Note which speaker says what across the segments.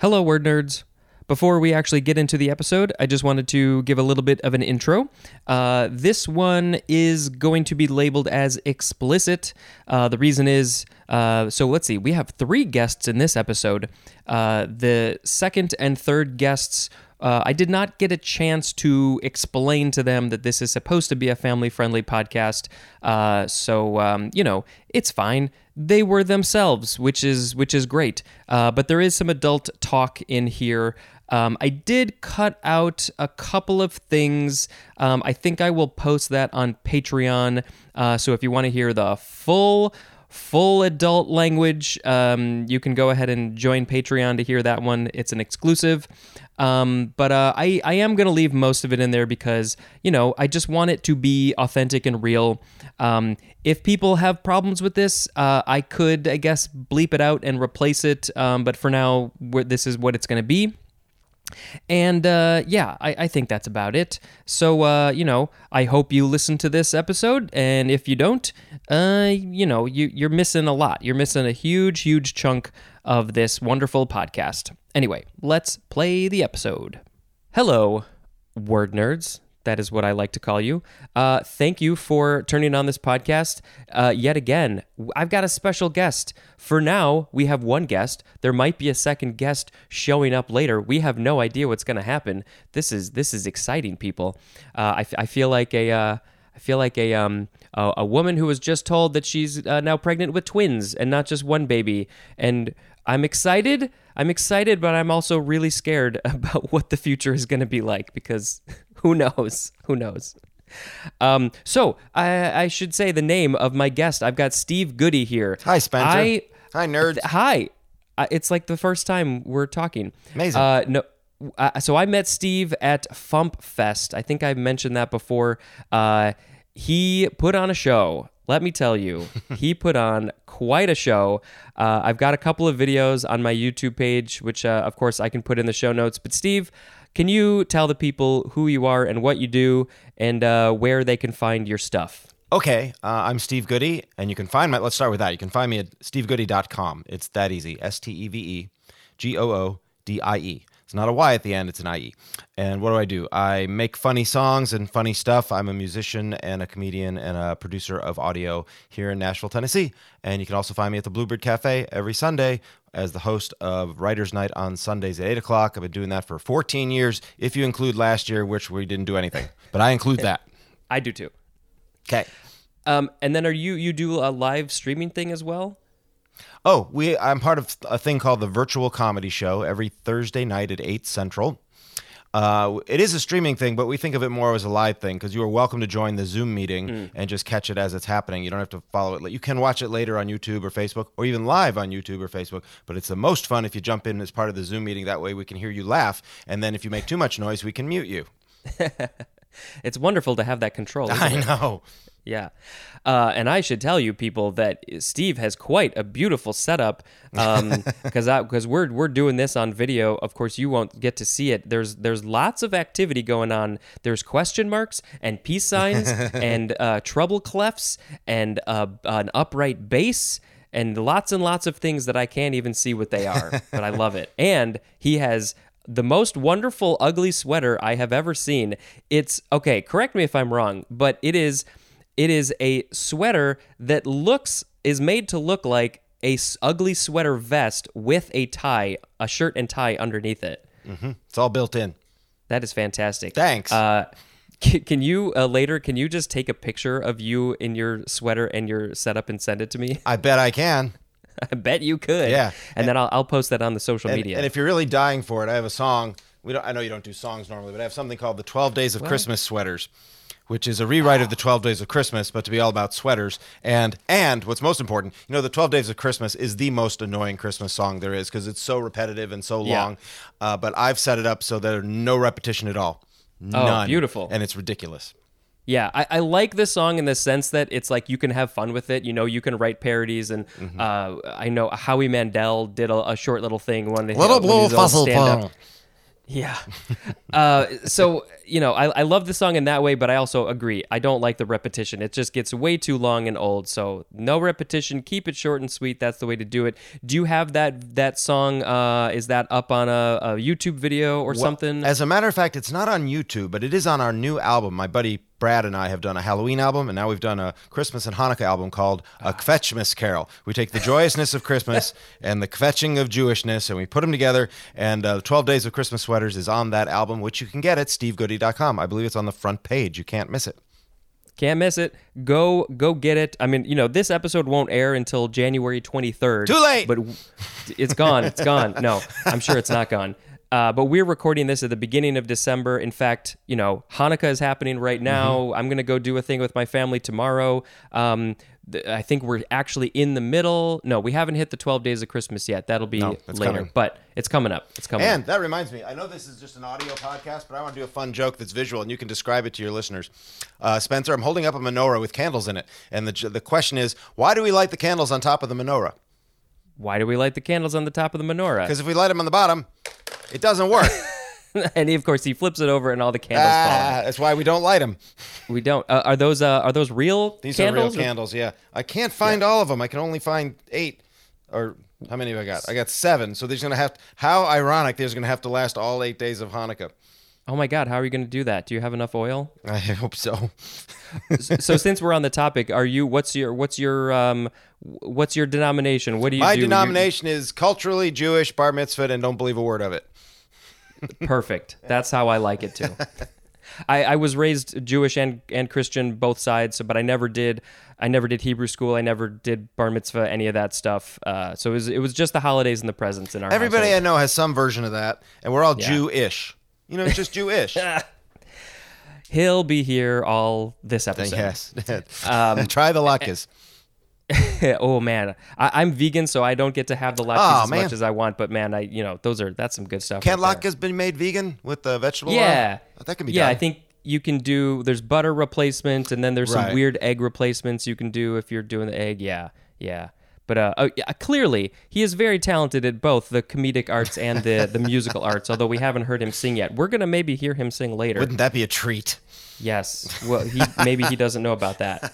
Speaker 1: Hello, word nerds. Before we actually get into the episode, I just wanted to give a little bit of an intro. Uh, this one is going to be labeled as explicit. Uh, the reason is uh, so let's see, we have three guests in this episode. Uh, the second and third guests uh, I did not get a chance to explain to them that this is supposed to be a family friendly podcast. Uh, so, um, you know, it's fine. They were themselves, which is which is great. Uh, but there is some adult talk in here. Um, I did cut out a couple of things. Um, I think I will post that on Patreon. Uh, so if you want to hear the full full adult language. Um, you can go ahead and join Patreon to hear that one. It's an exclusive. Um, but uh, I, I am going to leave most of it in there because, you know, I just want it to be authentic and real. Um, if people have problems with this, uh, I could, I guess, bleep it out and replace it. Um, but for now, we this is what it's going to be. And uh, yeah, I, I think that's about it. So, uh, you know, I hope you listen to this episode. And if you don't, uh, you know, you, you're missing a lot. You're missing a huge, huge chunk of this wonderful podcast. Anyway, let's play the episode. Hello, word nerds. That is what I like to call you. Uh, thank you for turning on this podcast uh, yet again. I've got a special guest. For now, we have one guest. There might be a second guest showing up later. We have no idea what's going to happen. This is this is exciting, people. Uh, I, f- I feel like a. Uh, I feel like a um a, a woman who was just told that she's uh, now pregnant with twins and not just one baby. And I'm excited. I'm excited, but I'm also really scared about what the future is going to be like because who knows? Who knows? Um, so I, I should say the name of my guest. I've got Steve Goody here.
Speaker 2: Hi, Spencer.
Speaker 1: I
Speaker 2: Hi, nerds.
Speaker 1: hi. Uh, It's like the first time we're talking.
Speaker 2: Amazing.
Speaker 1: Uh, no. Uh, so I met Steve at Fump Fest. I think I mentioned that before. Uh, he put on a show. Let me tell you, he put on quite a show. Uh, I've got a couple of videos on my YouTube page, which uh, of course I can put in the show notes. But Steve, can you tell the people who you are and what you do and uh, where they can find your stuff?
Speaker 2: okay, uh, I'm Steve Goody, and you can find my. Let's start with that. You can find me at stevegoody.com. It's that easy. S T E V E G O O D I E. It's not a Y at the end, it's an I E. And what do I do? I make funny songs and funny stuff. I'm a musician and a comedian and a producer of audio here in Nashville, Tennessee. And you can also find me at the Bluebird Cafe every Sunday as the host of Writers Night on Sundays at 8 o'clock. I've been doing that for 14 years, if you include last year, which we didn't do anything, but I include that.
Speaker 1: I do too.
Speaker 2: Okay.
Speaker 1: Um, and then are you you do a live streaming thing as well?
Speaker 2: Oh, we I'm part of a thing called the Virtual Comedy Show every Thursday night at 8 Central. Uh, it is a streaming thing, but we think of it more as a live thing because you are welcome to join the Zoom meeting and just catch it as it's happening. You don't have to follow it. You can watch it later on YouTube or Facebook or even live on YouTube or Facebook, but it's the most fun if you jump in as part of the Zoom meeting. That way we can hear you laugh. And then if you make too much noise, we can mute you.
Speaker 1: It's wonderful to have that control. isn't it?
Speaker 2: I know.
Speaker 1: Yeah. Uh, and I should tell you people that Steve has quite a beautiful setup because I because we're we're doing this on video. Of course, you won't get to see it. There's there's lots of activity going on. There's question marks and peace signs and uh, treble clefs and uh, an upright bass and lots and lots of things that I can't even see what they are, but I love it. And he has the most wonderful ugly sweater I have ever seen. It's okay, correct me if I'm wrong, but it is it is a sweater that looks is made to look like a s- ugly sweater vest with a tie, a shirt and tie underneath it.
Speaker 2: It's all built in.
Speaker 1: That is fantastic.
Speaker 2: Thanks.
Speaker 1: Uh, c- can you uh, later? Can you just take a picture of you in your sweater and your setup and send it to me?
Speaker 2: I bet I can.
Speaker 1: I bet you could.
Speaker 2: Yeah.
Speaker 1: And, then I'll, I'll post that on the social
Speaker 2: And-
Speaker 1: media.
Speaker 2: And if you're really dying for it, I have a song. We don't. I know you don't do songs normally, but I have something called the Twelve Days of Christmas Sweaters, which is a rewrite of the Twelve Days of Christmas, but to be all about sweaters. And and what's most important, you know, the Twelve Days of Christmas is the most annoying Christmas song there is because it's so repetitive and so
Speaker 1: Yeah.
Speaker 2: long. Uh, but I've set it up so there's no repetition at all. None.
Speaker 1: Oh, beautiful.
Speaker 2: And it's ridiculous.
Speaker 1: Yeah, I, I like this song in the sense that it's like you can have fun with it. You know, you can write parodies, and
Speaker 2: Mm-hmm.
Speaker 1: uh, I know Howie Mandel did a, a short little thing when they
Speaker 2: Little
Speaker 1: when
Speaker 2: blue
Speaker 1: his old
Speaker 2: fossil
Speaker 1: stand-up-
Speaker 2: pole.
Speaker 1: Yeah. Uh, so, you know, I, I love the song in that way, but I also agree. I don't like the repetition. It just gets way too long and old. So, no repetition. Keep it short and sweet. That's the way to do it. Do you have that that song? Uh, is that up on a, a YouTube video or something?
Speaker 2: As a matter of fact, it's not on YouTube, but it is on our new album. My buddy Brad and I have done a Halloween album, and now we've done a Christmas and Hanukkah album called A Kvetchmas Carol. We take the joyousness of Christmas and the kvetching of Jewishness, and we put them together. And uh, 12 Days of Christmas Sweaters is on that album, which you can get at stevegoody.com. I believe it's on the front page. You can't miss it.
Speaker 1: Can't miss it. Go go get it. I mean, you know, this episode won't air until January 23rd.
Speaker 2: Too late!
Speaker 1: But w- it's gone. It's gone. No, I'm sure it's not gone. Uh, but we're recording this at the beginning of December. In fact, you know, Hanukkah is happening
Speaker 2: Mm-hmm.
Speaker 1: right now. I'm going to go do a thing with my family tomorrow. Um, th- I think we're actually in the middle. No, we haven't hit the 12 days of Christmas yet. That'll be
Speaker 2: it's
Speaker 1: later,
Speaker 2: coming.
Speaker 1: but it's coming up. It's coming up.
Speaker 2: And that reminds me, I know this is just an audio podcast, but I want to do a fun joke that's visual, and you can describe it to your listeners. Uh, Spencer, I'm holding up a menorah with candles in it, and the j- the question is, why do we light the candles on top of the menorah?
Speaker 1: Why do we light the candles on the top of the menorah?
Speaker 2: Because if we light them on the bottom, it doesn't work.
Speaker 1: and he, of course, he flips it over, and all the candles fall.
Speaker 2: Ah, that's why we don't light them.
Speaker 1: We don't. Uh, are those uh, are those real
Speaker 2: These
Speaker 1: candles?
Speaker 2: are real candles. Yeah, I can't find all of them. I can only find eight, or how many have I got? I got seven. So there's gonna have. how ironic! There's gonna have to last all eight days of Hanukkah.
Speaker 1: Oh my God! How are you going to do that? Do you have enough oil?
Speaker 2: I hope so.
Speaker 1: so, so since we're on the topic, are you? What's your? What's your? Um, what's your denomination? What do you
Speaker 2: My
Speaker 1: do? You-
Speaker 2: denomination is culturally Jewish, bar mitzvah, and don't believe a word of it.
Speaker 1: Oh, Perfect. That's how I like it too. I, I was raised Jewish and, and Christian, both sides, but I never did. I never did Hebrew school. I never did bar mitzvah, any of that stuff. Uh, so it was, it was just the holidays and the presents in our
Speaker 2: Everybody I
Speaker 1: household.
Speaker 2: know has some version of that, and we're all Jewish. You know, it's just Jewish.
Speaker 1: He'll be here all this episode.
Speaker 2: yes.
Speaker 1: Um,
Speaker 2: Try the latkes.
Speaker 1: oh man, I, I'm vegan, so I don't get to have the latkes
Speaker 2: Aw,
Speaker 1: as
Speaker 2: man.
Speaker 1: much as I want. But man, I you know those are that's some good stuff.
Speaker 2: Can
Speaker 1: right there.
Speaker 2: latkes be made vegan with the vegetable? oil?
Speaker 1: Yeah,
Speaker 2: Oh, that can be
Speaker 1: Yeah,
Speaker 2: done.
Speaker 1: I think you can do. There's butter replacement, and then there's some
Speaker 2: Right.
Speaker 1: weird egg replacements you can do if you're doing the egg. Yeah, yeah. But uh, oh, yeah, clearly, he is very talented at both the comedic arts and the, the musical arts. Although we haven't heard him sing yet, we're gonna maybe hear him sing later.
Speaker 2: Wouldn't that be a treat?
Speaker 1: Yes. Well, he maybe he doesn't know about that.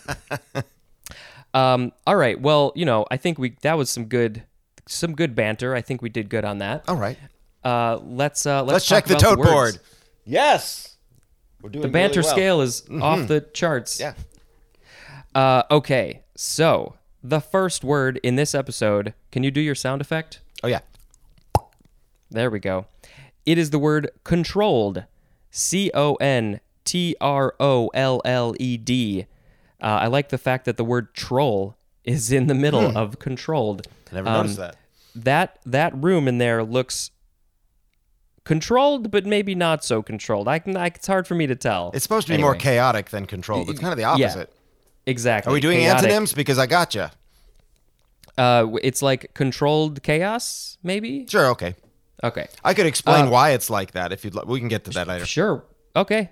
Speaker 1: Um, all right. Well, you know, I think we that was some good some good banter. I think we did good on that.
Speaker 2: All right.
Speaker 1: Uh, let's uh,
Speaker 2: Oh. Let's
Speaker 1: let's
Speaker 2: check
Speaker 1: talk
Speaker 2: the
Speaker 1: about
Speaker 2: tote
Speaker 1: words.
Speaker 2: board. Yes. We're doing
Speaker 1: The banter
Speaker 2: really well.
Speaker 1: scale is off the charts.
Speaker 2: Mm-hmm. Yeah.
Speaker 1: Uh, okay. So the first word in this episode. Can you do your sound effect?
Speaker 2: Oh yeah.
Speaker 1: There we go. It is the word controlled. C O N T R O L L E D. Uh, I like the fact that the word troll is in the middle
Speaker 2: Hmm.
Speaker 1: of controlled.
Speaker 2: I never noticed that.
Speaker 1: That that room in there looks controlled, but maybe not so controlled. I can. I, it's hard for me to tell.
Speaker 2: It's supposed to be more chaotic than controlled. It's kind of the
Speaker 1: yeah.
Speaker 2: opposite.
Speaker 1: exactly.
Speaker 2: Are we doing
Speaker 1: Chaotic.
Speaker 2: antonyms? Because I gotcha.
Speaker 1: Uh, w- it's like controlled chaos, maybe.
Speaker 2: Sure. Okay.
Speaker 1: Okay.
Speaker 2: I could
Speaker 1: Uh,
Speaker 2: explain why it's like that if you'd. Li- we can get to that later.
Speaker 1: Sure. Okay.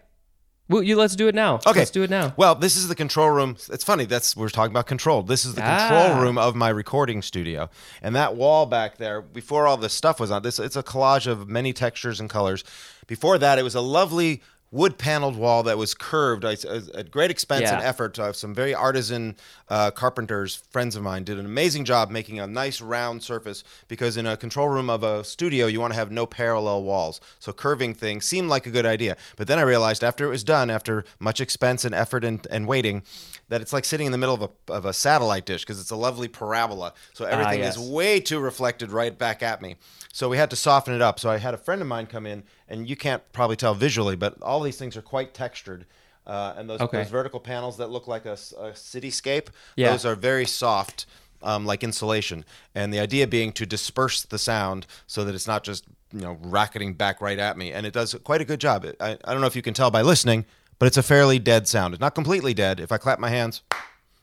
Speaker 1: Well, you let's do it now.
Speaker 2: Okay.
Speaker 1: Let's do it now.
Speaker 2: Well, this is the control room. It's funny. That's we're talking about control. This is the
Speaker 1: Ah.
Speaker 2: control room of my recording studio, and that wall back there, before all this stuff was on, this it's a collage of many textures and colors. Before that, it was a lovely wood paneled wall that was curved I- I- at great expense and
Speaker 1: Yeah.
Speaker 2: effort. Uh, some very artisan uh, carpenters, friends of mine, did an amazing job making a nice round surface because in a control room of a studio, you want to have no parallel walls. So curving things seemed like a good idea. But then I realized after it was done, after much expense and effort and, and waiting, that it's like sitting in the middle of a, of a satellite dish because it's a lovely parabola. So everything
Speaker 1: Ah, yes.
Speaker 2: is way too reflected right back at me. So we had to soften it up. So I had a friend of mine come in, and you can't probably tell visually, but all these things are quite textured. Uh, and those,
Speaker 1: Okay.
Speaker 2: those vertical panels that look like a, s- a cityscape,
Speaker 1: Yeah.
Speaker 2: those are very soft, um, like insulation. And the idea being to disperse the sound so that it's not just you know racketing back right at me. And it does quite a good job. It, I, I don't know if you can tell by listening, but it's a fairly dead sound. It's not completely dead. If I clap my hands,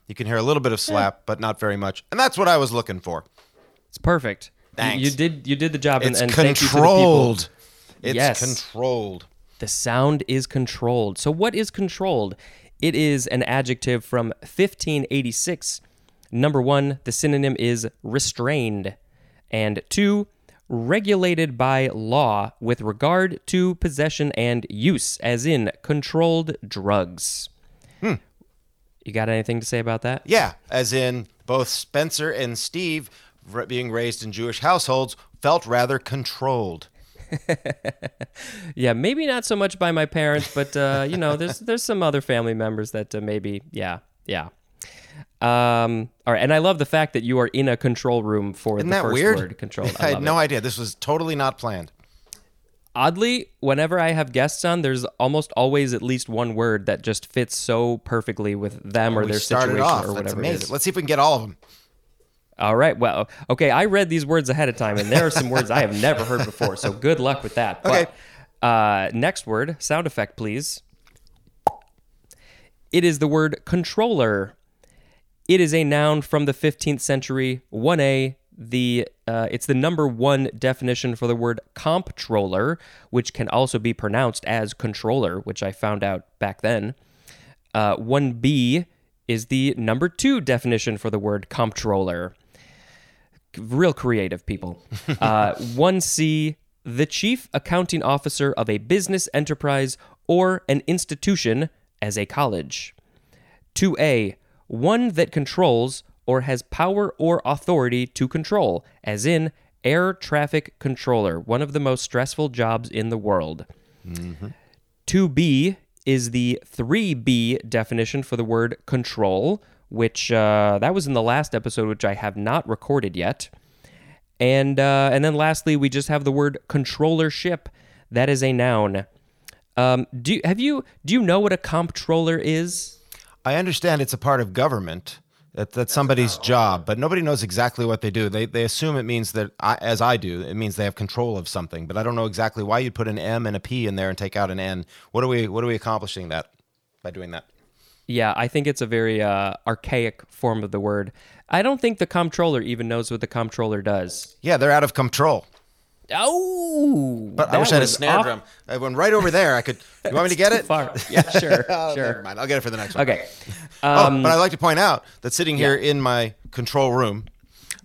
Speaker 2: you can hear a little bit of slap, but not very much. And that's what I was looking for.
Speaker 1: It's perfect. You-
Speaker 2: Thanks.
Speaker 1: You, did you did the job and,
Speaker 2: It's
Speaker 1: and thank you to the people.
Speaker 2: controlled. It's
Speaker 1: Yes.
Speaker 2: controlled.
Speaker 1: The sound is controlled. So what is controlled? It is an adjective from 1586. Number 1, the synonym is restrained. And 2, regulated by law with regard to possession and use, as in controlled drugs.
Speaker 2: Hmm.
Speaker 1: You got anything to say about that?
Speaker 2: Yeah, as in both Spencer and Steve, r- being raised in Jewish households, felt rather controlled.
Speaker 1: Yeah, maybe not so much by my parents, but uh, you know, there's there's some other family members that uh, maybe, yeah, yeah. Um, all right, and I love the fact that you are in a control room for
Speaker 2: Isn't
Speaker 1: the
Speaker 2: that
Speaker 1: first
Speaker 2: weird?
Speaker 1: word controlled.
Speaker 2: I,
Speaker 1: I
Speaker 2: had
Speaker 1: love
Speaker 2: no idea. This was totally not planned.
Speaker 1: oddly, whenever I have guests on, there's almost always at least one word that just fits so perfectly with them or
Speaker 2: We
Speaker 1: their
Speaker 2: started
Speaker 1: situation
Speaker 2: off.
Speaker 1: or
Speaker 2: That's
Speaker 1: whatever it
Speaker 2: amazing.
Speaker 1: is.
Speaker 2: Let's see if we can get all of them.
Speaker 1: All right. Well, okay. I read these words ahead of time, and there are some words I have never heard before. So good luck with that.
Speaker 2: Okay.
Speaker 1: But, uh, next word, sound effect, please. It is the word controller. It is a noun from the 15th century, 1A. The uh, it's the number one definition for the word comptroller, which can also be pronounced as controller, which I found out back then. Uh, 1B is the number two definition for the word comptroller. Real creative people. Uh, 1C, the chief accounting officer of a business enterprise or an institution as a college. 2A, one that controls or has power or authority to control, as in air traffic controller, one of the most stressful jobs in the world. 2B is the 3B definition for the word control, which uh, that was in the last episode, which I have not recorded yet. And uh, and then lastly, we just have the word controllership. That is a noun. Um, do you- have you do you know what a comptroller is?
Speaker 2: I understand it's a part of government. That, that's somebody's job, but nobody knows exactly what they do. They, they assume it means that, I, as I do, it means they have control of something. But I don't know exactly why you'd put an M and a P in there and take out an N. What are we What are we accomplishing that by doing that?
Speaker 1: Yeah, I think it's a very uh, archaic form of the word. I don't think the comptroller even knows what the comptroller does.
Speaker 2: Yeah, they're out of control.
Speaker 1: Oh,
Speaker 2: But I wish I had a snare drum. I went right over there. I could. You want me to get it?
Speaker 1: Far. Yeah, sure,
Speaker 2: Oh, Never
Speaker 1: sure.
Speaker 2: mind. I'll get it for the next one.
Speaker 1: Okay.
Speaker 2: oh, but I'd like to point out that sitting here in my control room,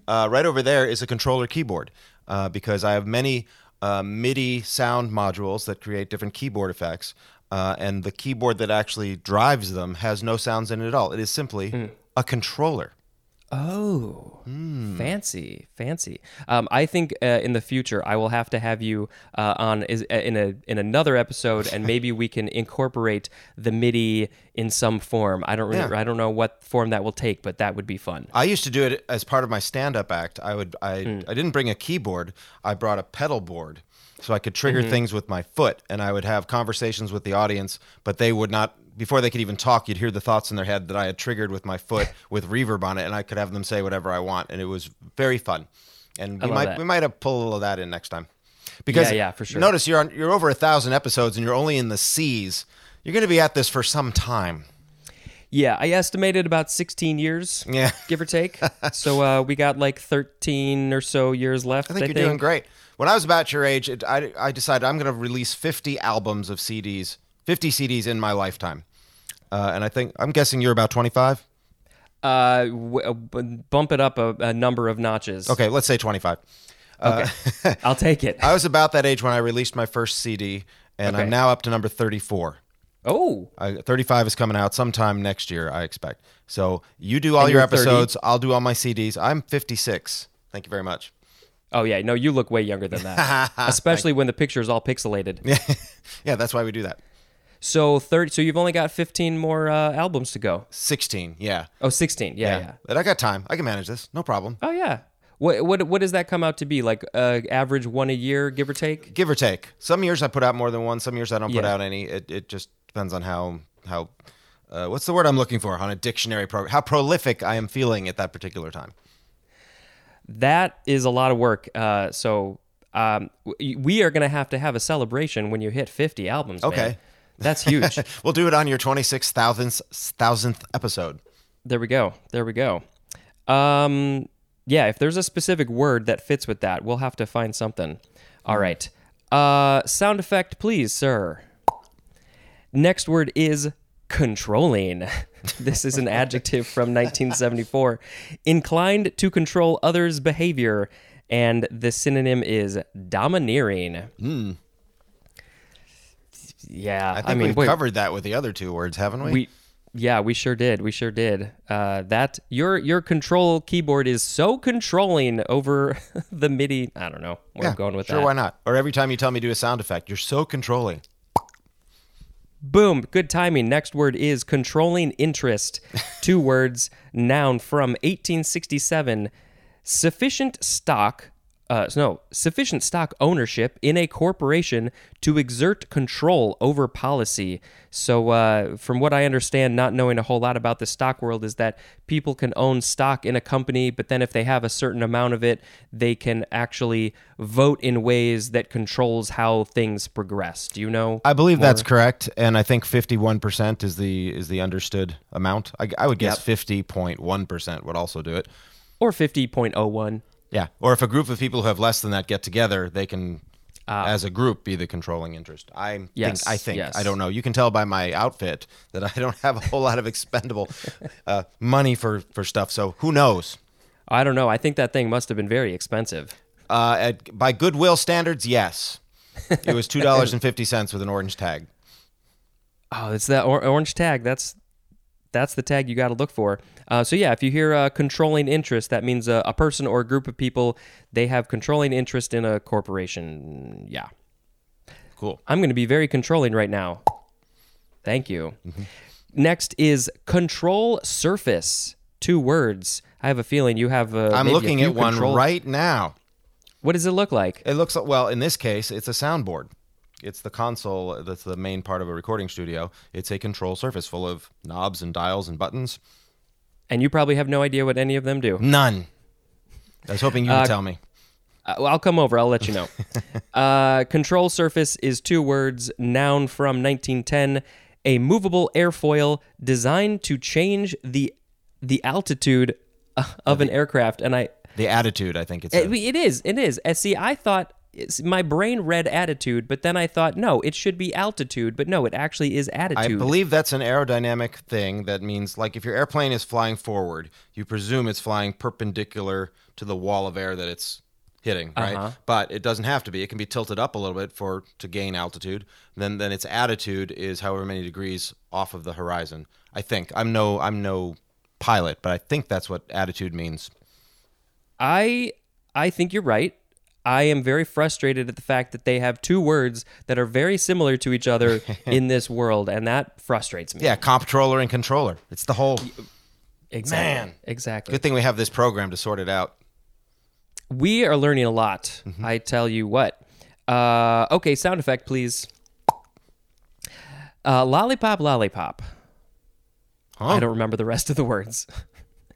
Speaker 2: uh, right over there is a controller keyboard uh, because I have many uh, MIDI sound modules that create different keyboard effects. Uh, and the keyboard that actually drives them has no sounds in it at all. It is simply a controller.
Speaker 1: Oh,
Speaker 2: Hmm.
Speaker 1: fancy, fancy. Um, I think uh, in the future I will have to have you uh, on is, in a in another episode, and maybe we can incorporate the MIDI in some form. I don't really,
Speaker 2: Yeah.
Speaker 1: I don't know what form that will take, but that would be fun.
Speaker 2: I used to do it as part of my stand-up act. I would I
Speaker 1: Hmm.
Speaker 2: I didn't bring a keyboard. I brought a pedal board so I could
Speaker 1: Mm-hmm.
Speaker 2: trigger things with my foot and I would have conversations with the audience, but they would not before they could even talk, you'd hear the thoughts in their head that I had triggered with my foot with reverb on it and I could have them say whatever I want and it was very fun. And we
Speaker 1: love
Speaker 2: might
Speaker 1: that.
Speaker 2: we might have pull a little of that in next time. Because
Speaker 1: Yeah, yeah, for sure.
Speaker 2: notice you're on you're over a thousand episodes and you're only in the C's. You're gonna be at this for some time.
Speaker 1: Yeah, I estimated about 16 years,
Speaker 2: Yeah.
Speaker 1: give or take. so uh, we got like 13 or so years left. I
Speaker 2: I think you're doing great. When I was about your age, it, I, I decided I'm going to release 50 albums of CDs, 50 CDs in my lifetime. Uh, and I think, I'm guessing you're about 25.
Speaker 1: Uh, w- uh, b- bump it up a, a number of notches.
Speaker 2: Okay, let's say 25.
Speaker 1: I'll take it.
Speaker 2: I was about that age when I released my first CD, and
Speaker 1: Okay.
Speaker 2: I'm now up to number 34.
Speaker 1: Oh,
Speaker 2: I, 35 is coming out sometime next year, I expect. So you do all your
Speaker 1: you're 30.
Speaker 2: episodes, I'll do all my CDs. I'm 56. Thank you very much.
Speaker 1: oh yeah. No, you look way younger than that, especially when the picture is all pixelated.
Speaker 2: yeah, that's why we do that.
Speaker 1: So 30. So you've only got 15 more uh, albums to go.
Speaker 2: 16, yeah.
Speaker 1: Oh, 16. Yeah, yeah.
Speaker 2: But I got time. I can manage this. No problem.
Speaker 1: Oh yeah. What what what does that come out to be? Like uh, average one a year, give or take.
Speaker 2: give or take. Some years I put out more than one. Some years I don't put
Speaker 1: Yeah.
Speaker 2: out any. It, it just depends on how how uh, what's the word I'm looking for on a dictionary pro how prolific I am feeling at that particular time.
Speaker 1: That is a lot of work. Uh, so um, w- we are going to have to have a celebration when you hit 50 albums. man.
Speaker 2: Okay.
Speaker 1: That's huge.
Speaker 2: We'll do it on your twenty six thousandth thousandth episode.
Speaker 1: there we go. There we go. Um, yeah, if there's a specific word that fits with that, we'll have to find something. All right. Uh, sound effect, please, sir. Next word is controlling. this is an adjective from 1974. Inclined to control others' behavior, and the synonym is domineering. Yeah,
Speaker 2: Hmm. I think
Speaker 1: mean,
Speaker 2: we've
Speaker 1: wait,
Speaker 2: covered that with the other two words, haven't we?
Speaker 1: we yeah we sure did we sure did uh, that your your control keyboard is so controlling over the midi i don't know where i'm going with
Speaker 2: sure,
Speaker 1: that
Speaker 2: why not? Or every time you tell me to do a sound effect, you're so controlling.
Speaker 1: boom good timing next word is controlling interest two words noun from 1867 sufficient stock uh, no sufficient stock ownership in a corporation to exert control over policy so uh, from what i understand not knowing a whole lot about the stock world is that people can own stock in a company but then if they have a certain amount of it they can actually vote in ways that controls how things progress do you know
Speaker 2: I believe that's correct, and I think 51% is the is the understood amount. I, I would guess 50.1% would also do it.
Speaker 1: or 50.01
Speaker 2: Yeah, or if a group of people who have less than that get together, they can, as a group, be the controlling interest. I
Speaker 1: Ah. Yes,
Speaker 2: think. I think.
Speaker 1: yes.
Speaker 2: I don't know. You can tell by my outfit that I don't have a whole lot of expendable uh, money for for stuff. So who knows?
Speaker 1: i don't know i think that thing must have been very expensive
Speaker 2: Uh, at, by Goodwill standards, yes, it was two dollars and fifty cents with an orange tag.
Speaker 1: oh it's that or- orange tag that's that's the tag you got to look for uh, so yeah if you hear uh, controlling interest that means a, a person or a group of people they have controlling interest in a corporation yeah
Speaker 2: Cool.
Speaker 1: i'm going to be very controlling right now thank you next is control surface two words i have a feeling you have uh,
Speaker 2: I'm
Speaker 1: maybe a
Speaker 2: looking
Speaker 1: few
Speaker 2: at one
Speaker 1: control-
Speaker 2: right now.
Speaker 1: what does it look like
Speaker 2: It looks like, well, in this case, it's a soundboard. It's the console that's the main part of a recording studio. It's a control surface full of knobs and dials and buttons.
Speaker 1: and you probably have no idea what any of them do
Speaker 2: None. I was hoping you would tell me.
Speaker 1: Uh, well, I'll come over. I'll let you know. uh, control surface is two words, noun from 1910, a movable airfoil designed to change the the altitude uh, of an aircraft. And I,
Speaker 2: The attitude, I think it's.
Speaker 1: it, it is, it is. Uh, See, I thought it's, my brain read attitude, but then I thought, no, it should be altitude, but no, it actually is
Speaker 2: I
Speaker 1: attitude.
Speaker 2: believe that's an aerodynamic thing. That means, like, if your airplane is flying forward, you presume it's flying perpendicular to the wall of air that it's hitting, right? But it doesn't have to be. It can be tilted up a little bit for to gain altitude. Then, then its attitude is however many degrees off of the horizon. I think I'm no I'm no pilot, but I think that's what attitude means.
Speaker 1: I I think you're right. I am very frustrated at the fact that they have two words that are very similar to each other in this world, and that frustrates me.
Speaker 2: Yeah, comptroller and controller. It's the whole.
Speaker 1: exactly.
Speaker 2: Man.
Speaker 1: exactly.
Speaker 2: Good thing we have this program to sort it out.
Speaker 1: We are learning a lot.
Speaker 2: Mm-hmm.
Speaker 1: I tell you what. Uh, okay, sound effect, please. Uh, lollipop, lollipop. I don't remember the rest of the words.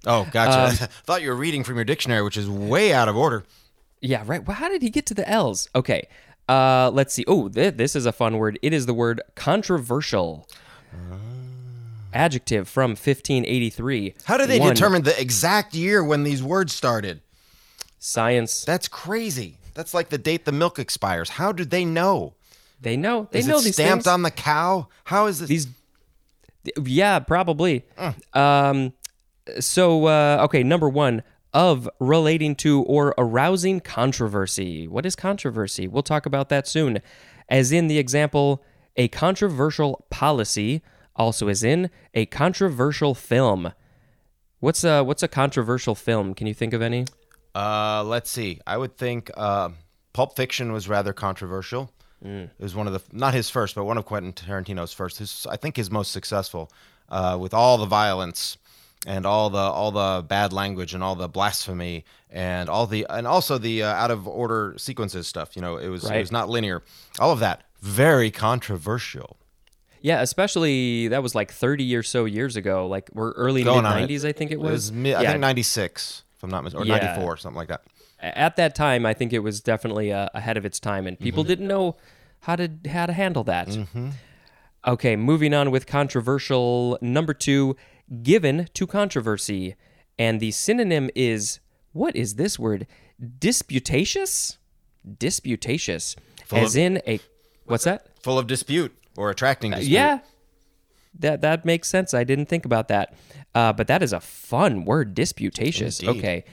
Speaker 2: Oh, gotcha.
Speaker 1: Um,
Speaker 2: Thought you were reading from your dictionary, which is way out of order.
Speaker 1: Yeah, right. Well, how did he get to the L's? Okay. Uh, let's see. Oh, th- this is a fun word. It is the word controversial.
Speaker 2: Ah.
Speaker 1: Adjective from 1583.
Speaker 2: How do they
Speaker 1: One,
Speaker 2: determine the exact year when these words started?
Speaker 1: science?
Speaker 2: That's crazy. That's like the date the milk expires. How do they know?
Speaker 1: They know. They
Speaker 2: Is
Speaker 1: know
Speaker 2: it
Speaker 1: these
Speaker 2: stamped
Speaker 1: things.
Speaker 2: on the cow? How is this?
Speaker 1: These- yeah, probably. Um, so uh, okay, number one of relating to or arousing controversy. What is controversy? We'll talk about that soon. As in the example, a controversial policy. Also, as in a controversial film. What's a what's a controversial film? Can you think of any?
Speaker 2: Uh, let's see. I would think uh, Pulp Fiction was rather controversial.
Speaker 1: Mm.
Speaker 2: It was one of the not his first, but one of Quentin Tarantino's first. His, I think his most successful, uh, with all the violence and all the all the bad language and all the blasphemy and all the and also the uh, out of order sequences stuff. You know, it was
Speaker 1: Right.
Speaker 2: it was not linear. All of that very controversial.
Speaker 1: Yeah, especially that was like 30 or so years ago, like we're early mid
Speaker 2: Going on it.
Speaker 1: 90s, I think it
Speaker 2: It
Speaker 1: was.
Speaker 2: was mi- I
Speaker 1: Yeah.
Speaker 2: think ninety six, if I'm not mistaken, or
Speaker 1: Yeah.
Speaker 2: ninety four, something like that.
Speaker 1: at that time, I think it was definitely uh, ahead of its time, and people didn't know how to how to handle that. Okay, moving on with controversial number two, given to controversy, and the synonym is what is this word? Disputatious, disputatious, as in a what's that?
Speaker 2: Full of dispute or attracting dispute.
Speaker 1: Uh, Yeah. That that makes sense. I didn't think about that. Uh, but that is a fun word, disputatious.
Speaker 2: Indeed.
Speaker 1: Okay.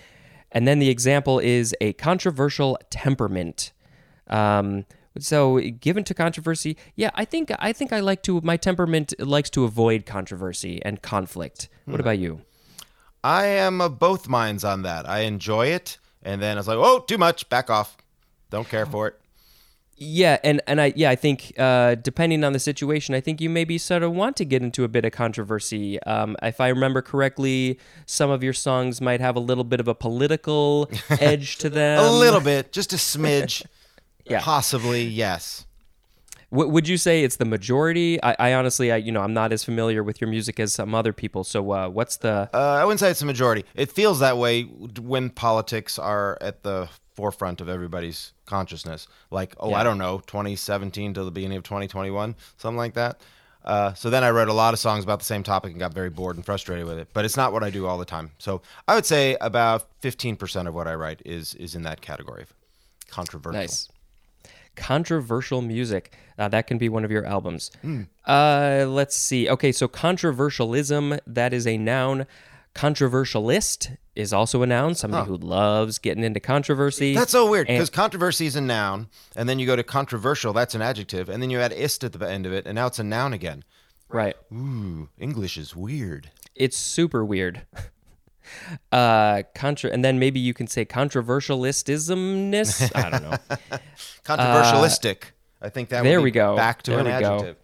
Speaker 1: And then the example is a controversial temperament. Um, so given to controversy, yeah, I think I think I like to my temperament likes to avoid controversy and conflict. What about you?
Speaker 2: I am of both minds on that. I enjoy it, and then I was like, "Oh, too much. Back off. Don't care for it."
Speaker 1: Yeah, and and I yeah I think uh, depending on the situation, I think you maybe sort of want to get into a bit of controversy. Um, if I remember correctly, some of your songs might have a little bit of a political edge to them.
Speaker 2: a little bit, just a smidge.
Speaker 1: Um, Yeah.
Speaker 2: Possibly, yes.
Speaker 1: W- would you say it's the majority? I, I honestly, I you know, I'm not as familiar with your music as some other people. So uh, what's the
Speaker 2: Uh, I wouldn't say it's a majority. It feels that way when politics are at the forefront of everybody's consciousness. Like, oh, I don't know, 2017 to the beginning of 2021, something like that. Uh, so then I wrote a lot of songs about the same topic and got very bored and frustrated with it. But it's not what I do all the time. So I would say about 15% of what I write is is in that category of controversial.
Speaker 1: Nice. Controversial music. Uh, that can be one of your albums. Uh, let's see. Okay, so controversialism, that is a noun. Controversialist is also a noun, somebody who loves getting into controversy.
Speaker 2: That's so weird because controversy is a noun, and then you go to controversial, that's an adjective, and then you add ist at the end of it, and now it's a noun again.
Speaker 1: right.
Speaker 2: Ooh, English is weird.
Speaker 1: It's super weird. Uh, contra- and then maybe you can say controversialistismness. I don't know.
Speaker 2: Controversialistic. Uh, I think that
Speaker 1: there
Speaker 2: would be
Speaker 1: we go.
Speaker 2: back to
Speaker 1: There
Speaker 2: an
Speaker 1: we go.
Speaker 2: adjective.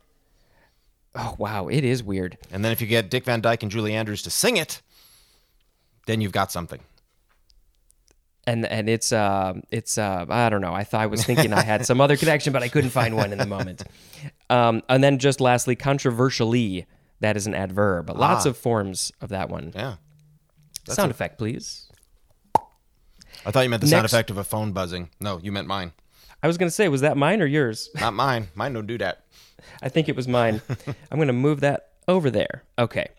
Speaker 1: Oh wow, it is weird.
Speaker 2: And then if you get Dick Van Dyke and Julie Andrews to sing it, then you've got something.
Speaker 1: and and it's uh, it's uh, I don't know. I thought I was thinking I had some other connection, but I couldn't find one in the moment. Um, and then just lastly, controversially, that is an adverb. Lots of forms of that one.
Speaker 2: Yeah.
Speaker 1: Sound effect, please.
Speaker 2: I thought you meant the sound
Speaker 1: Next-
Speaker 2: effect of a phone buzzing. No, you meant mine.
Speaker 1: I was gonna say, was that mine or yours?
Speaker 2: Not mine. Mine don't do that.
Speaker 1: I think it was mine. I'm gonna move that over there. Okay.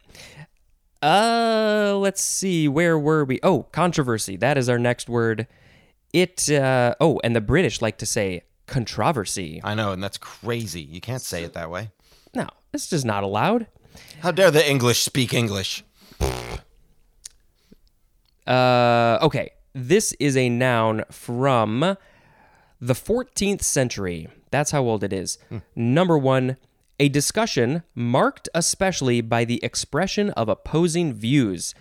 Speaker 1: Uh, let's see. Where were we? Oh, controversy. That is our next word. It. Uh, oh, and the British like to say controversy.
Speaker 2: I know, and that's crazy. You can't say it that way.
Speaker 1: No, it's just not allowed.
Speaker 2: How dare the English speak English?
Speaker 1: Uh, okay. This is a noun from the 14th century. That's how old it is. Number one, a discussion marked especially by the expression of opposing views.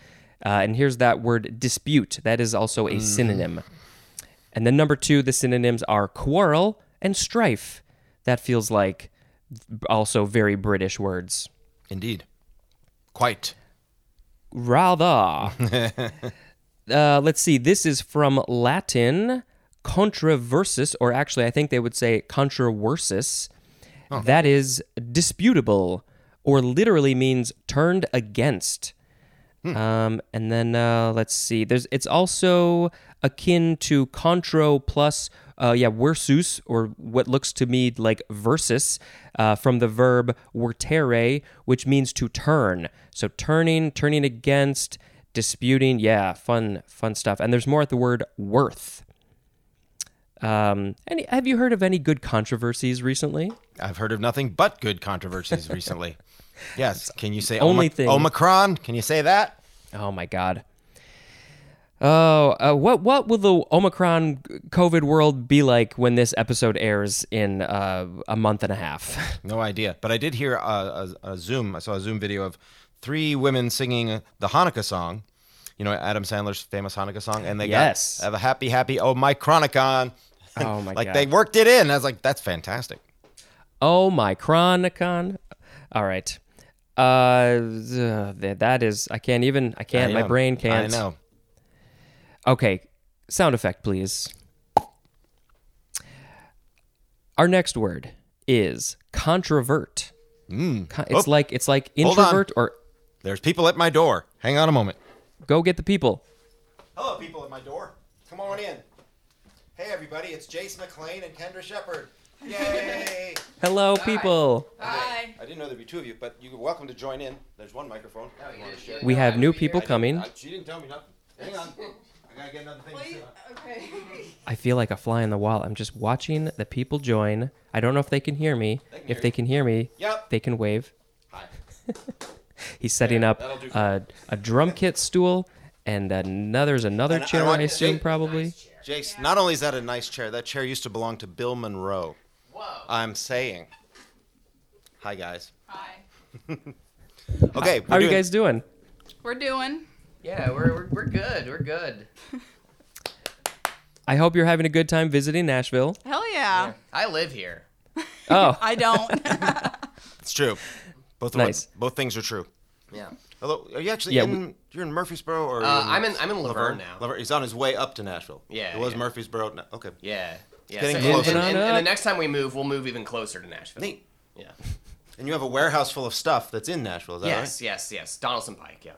Speaker 1: Uh, and here's that word dispute. That is also a synonym. And then number two, the synonyms are quarrel and strife. That feels like also very British words.
Speaker 2: Indeed. Quite.
Speaker 1: Rather. uh, let's see. This is from Latin controversus, or actually, I think they would say controversus. That is disputable, or literally means turned against. Um, and then uh, let's see. There's it's also akin to contro plus uh, yeah versus or what looks to me like versus uh, from the verb vertere, which means to turn. So turning, turning against, disputing. Yeah, fun fun stuff. And there's more at the word worth. Um, any have you heard of any good controversies recently?
Speaker 2: I've heard of nothing but good controversies recently. Yes. Can you say
Speaker 1: Only
Speaker 2: Omi-
Speaker 1: thing-
Speaker 2: Omicron? Can you say that?
Speaker 1: Oh my god. Oh, uh, what what will the Omicron COVID world be like when this episode airs in uh, a month and a half?
Speaker 2: No idea. But I did hear a, a, a Zoom. I saw a Zoom video of three women singing the Hanukkah song. You know Adam Sandler's famous Hanukkah song, and they
Speaker 1: Yes.
Speaker 2: got have a happy, happy. Oh my chronicon!
Speaker 1: Oh, my
Speaker 2: like
Speaker 1: God.
Speaker 2: they worked it in. I was like, that's fantastic.
Speaker 1: Oh my chronicon. All right. Uh, th- that is I can't even I can't my
Speaker 2: Yeah.
Speaker 1: brain can't.
Speaker 2: I know.
Speaker 1: Okay, sound effect, please. Our next word is controvert. Con- it's like it's like
Speaker 2: Hmm. Oh. Hold on.
Speaker 1: introvert or
Speaker 2: There's people at my door. Hang on a moment.
Speaker 1: go get the people.
Speaker 2: Hello, people at my door. Come on in. Hey, everybody. It's Jace McLean and Kendra Shepard. Yay!
Speaker 1: Hello, people.
Speaker 3: Hi.
Speaker 2: I didn't know there'd be two of you, but you're welcome to join in. There's one microphone. If you want to share.
Speaker 1: We have new people coming.
Speaker 2: I- Uh, she didn't tell me nothing. Hang on. I gotta get another thing. to sit on.
Speaker 3: Okay.
Speaker 1: I feel like a fly on the wall. I'm just watching the people join. I don't know if they can hear me.
Speaker 2: can
Speaker 1: If
Speaker 2: hear
Speaker 1: they
Speaker 2: you.
Speaker 1: can hear me,
Speaker 2: Yep.
Speaker 1: they can wave.
Speaker 2: Hi.
Speaker 1: He's setting up
Speaker 2: that'll do.
Speaker 1: a, a drum kit stool and another's another
Speaker 2: And I
Speaker 1: chair, I,
Speaker 2: want-
Speaker 1: assume,
Speaker 2: Jake-
Speaker 1: probably.
Speaker 2: Jace, not only is that a nice chair, that chair used to belong to Bill Monroe. Whoa. I'm saying. Hi, guys.
Speaker 3: Hi.
Speaker 2: Okay.
Speaker 1: How
Speaker 2: we're
Speaker 1: are you
Speaker 2: doing-
Speaker 1: guys doing?
Speaker 3: We're doing.
Speaker 4: Yeah, we're, we're, we're good. We're good.
Speaker 1: I hope you're having a good time visiting Nashville.
Speaker 3: Hell yeah.
Speaker 4: I live here.
Speaker 1: Oh,
Speaker 3: I don't.
Speaker 2: It's true. Both, of
Speaker 1: Nice.
Speaker 2: us- both things are true.
Speaker 4: Yeah.
Speaker 2: Although, are you actually
Speaker 1: Yeah,
Speaker 2: in? you're in Murfreesboro, or
Speaker 4: Uh,
Speaker 2: you're
Speaker 4: I'm in- I'm in Laverne now.
Speaker 2: Laverne. He's on his way up to Nashville.
Speaker 4: Yeah,
Speaker 2: It was
Speaker 4: yeah.
Speaker 2: Murfreesboro. No, okay.
Speaker 4: Yeah. Yeah.
Speaker 2: Getting
Speaker 4: and-
Speaker 2: closer.
Speaker 4: And,
Speaker 1: Moving
Speaker 4: and-
Speaker 1: on
Speaker 4: and the
Speaker 1: up.
Speaker 4: next time we move, we'll move even closer to Nashville.
Speaker 2: Neat.
Speaker 4: Yeah.
Speaker 2: And you have a warehouse full of stuff that's in Nashville. Is that
Speaker 4: Yes,
Speaker 2: right?
Speaker 4: yes, yes. Donaldson Pike, yeah.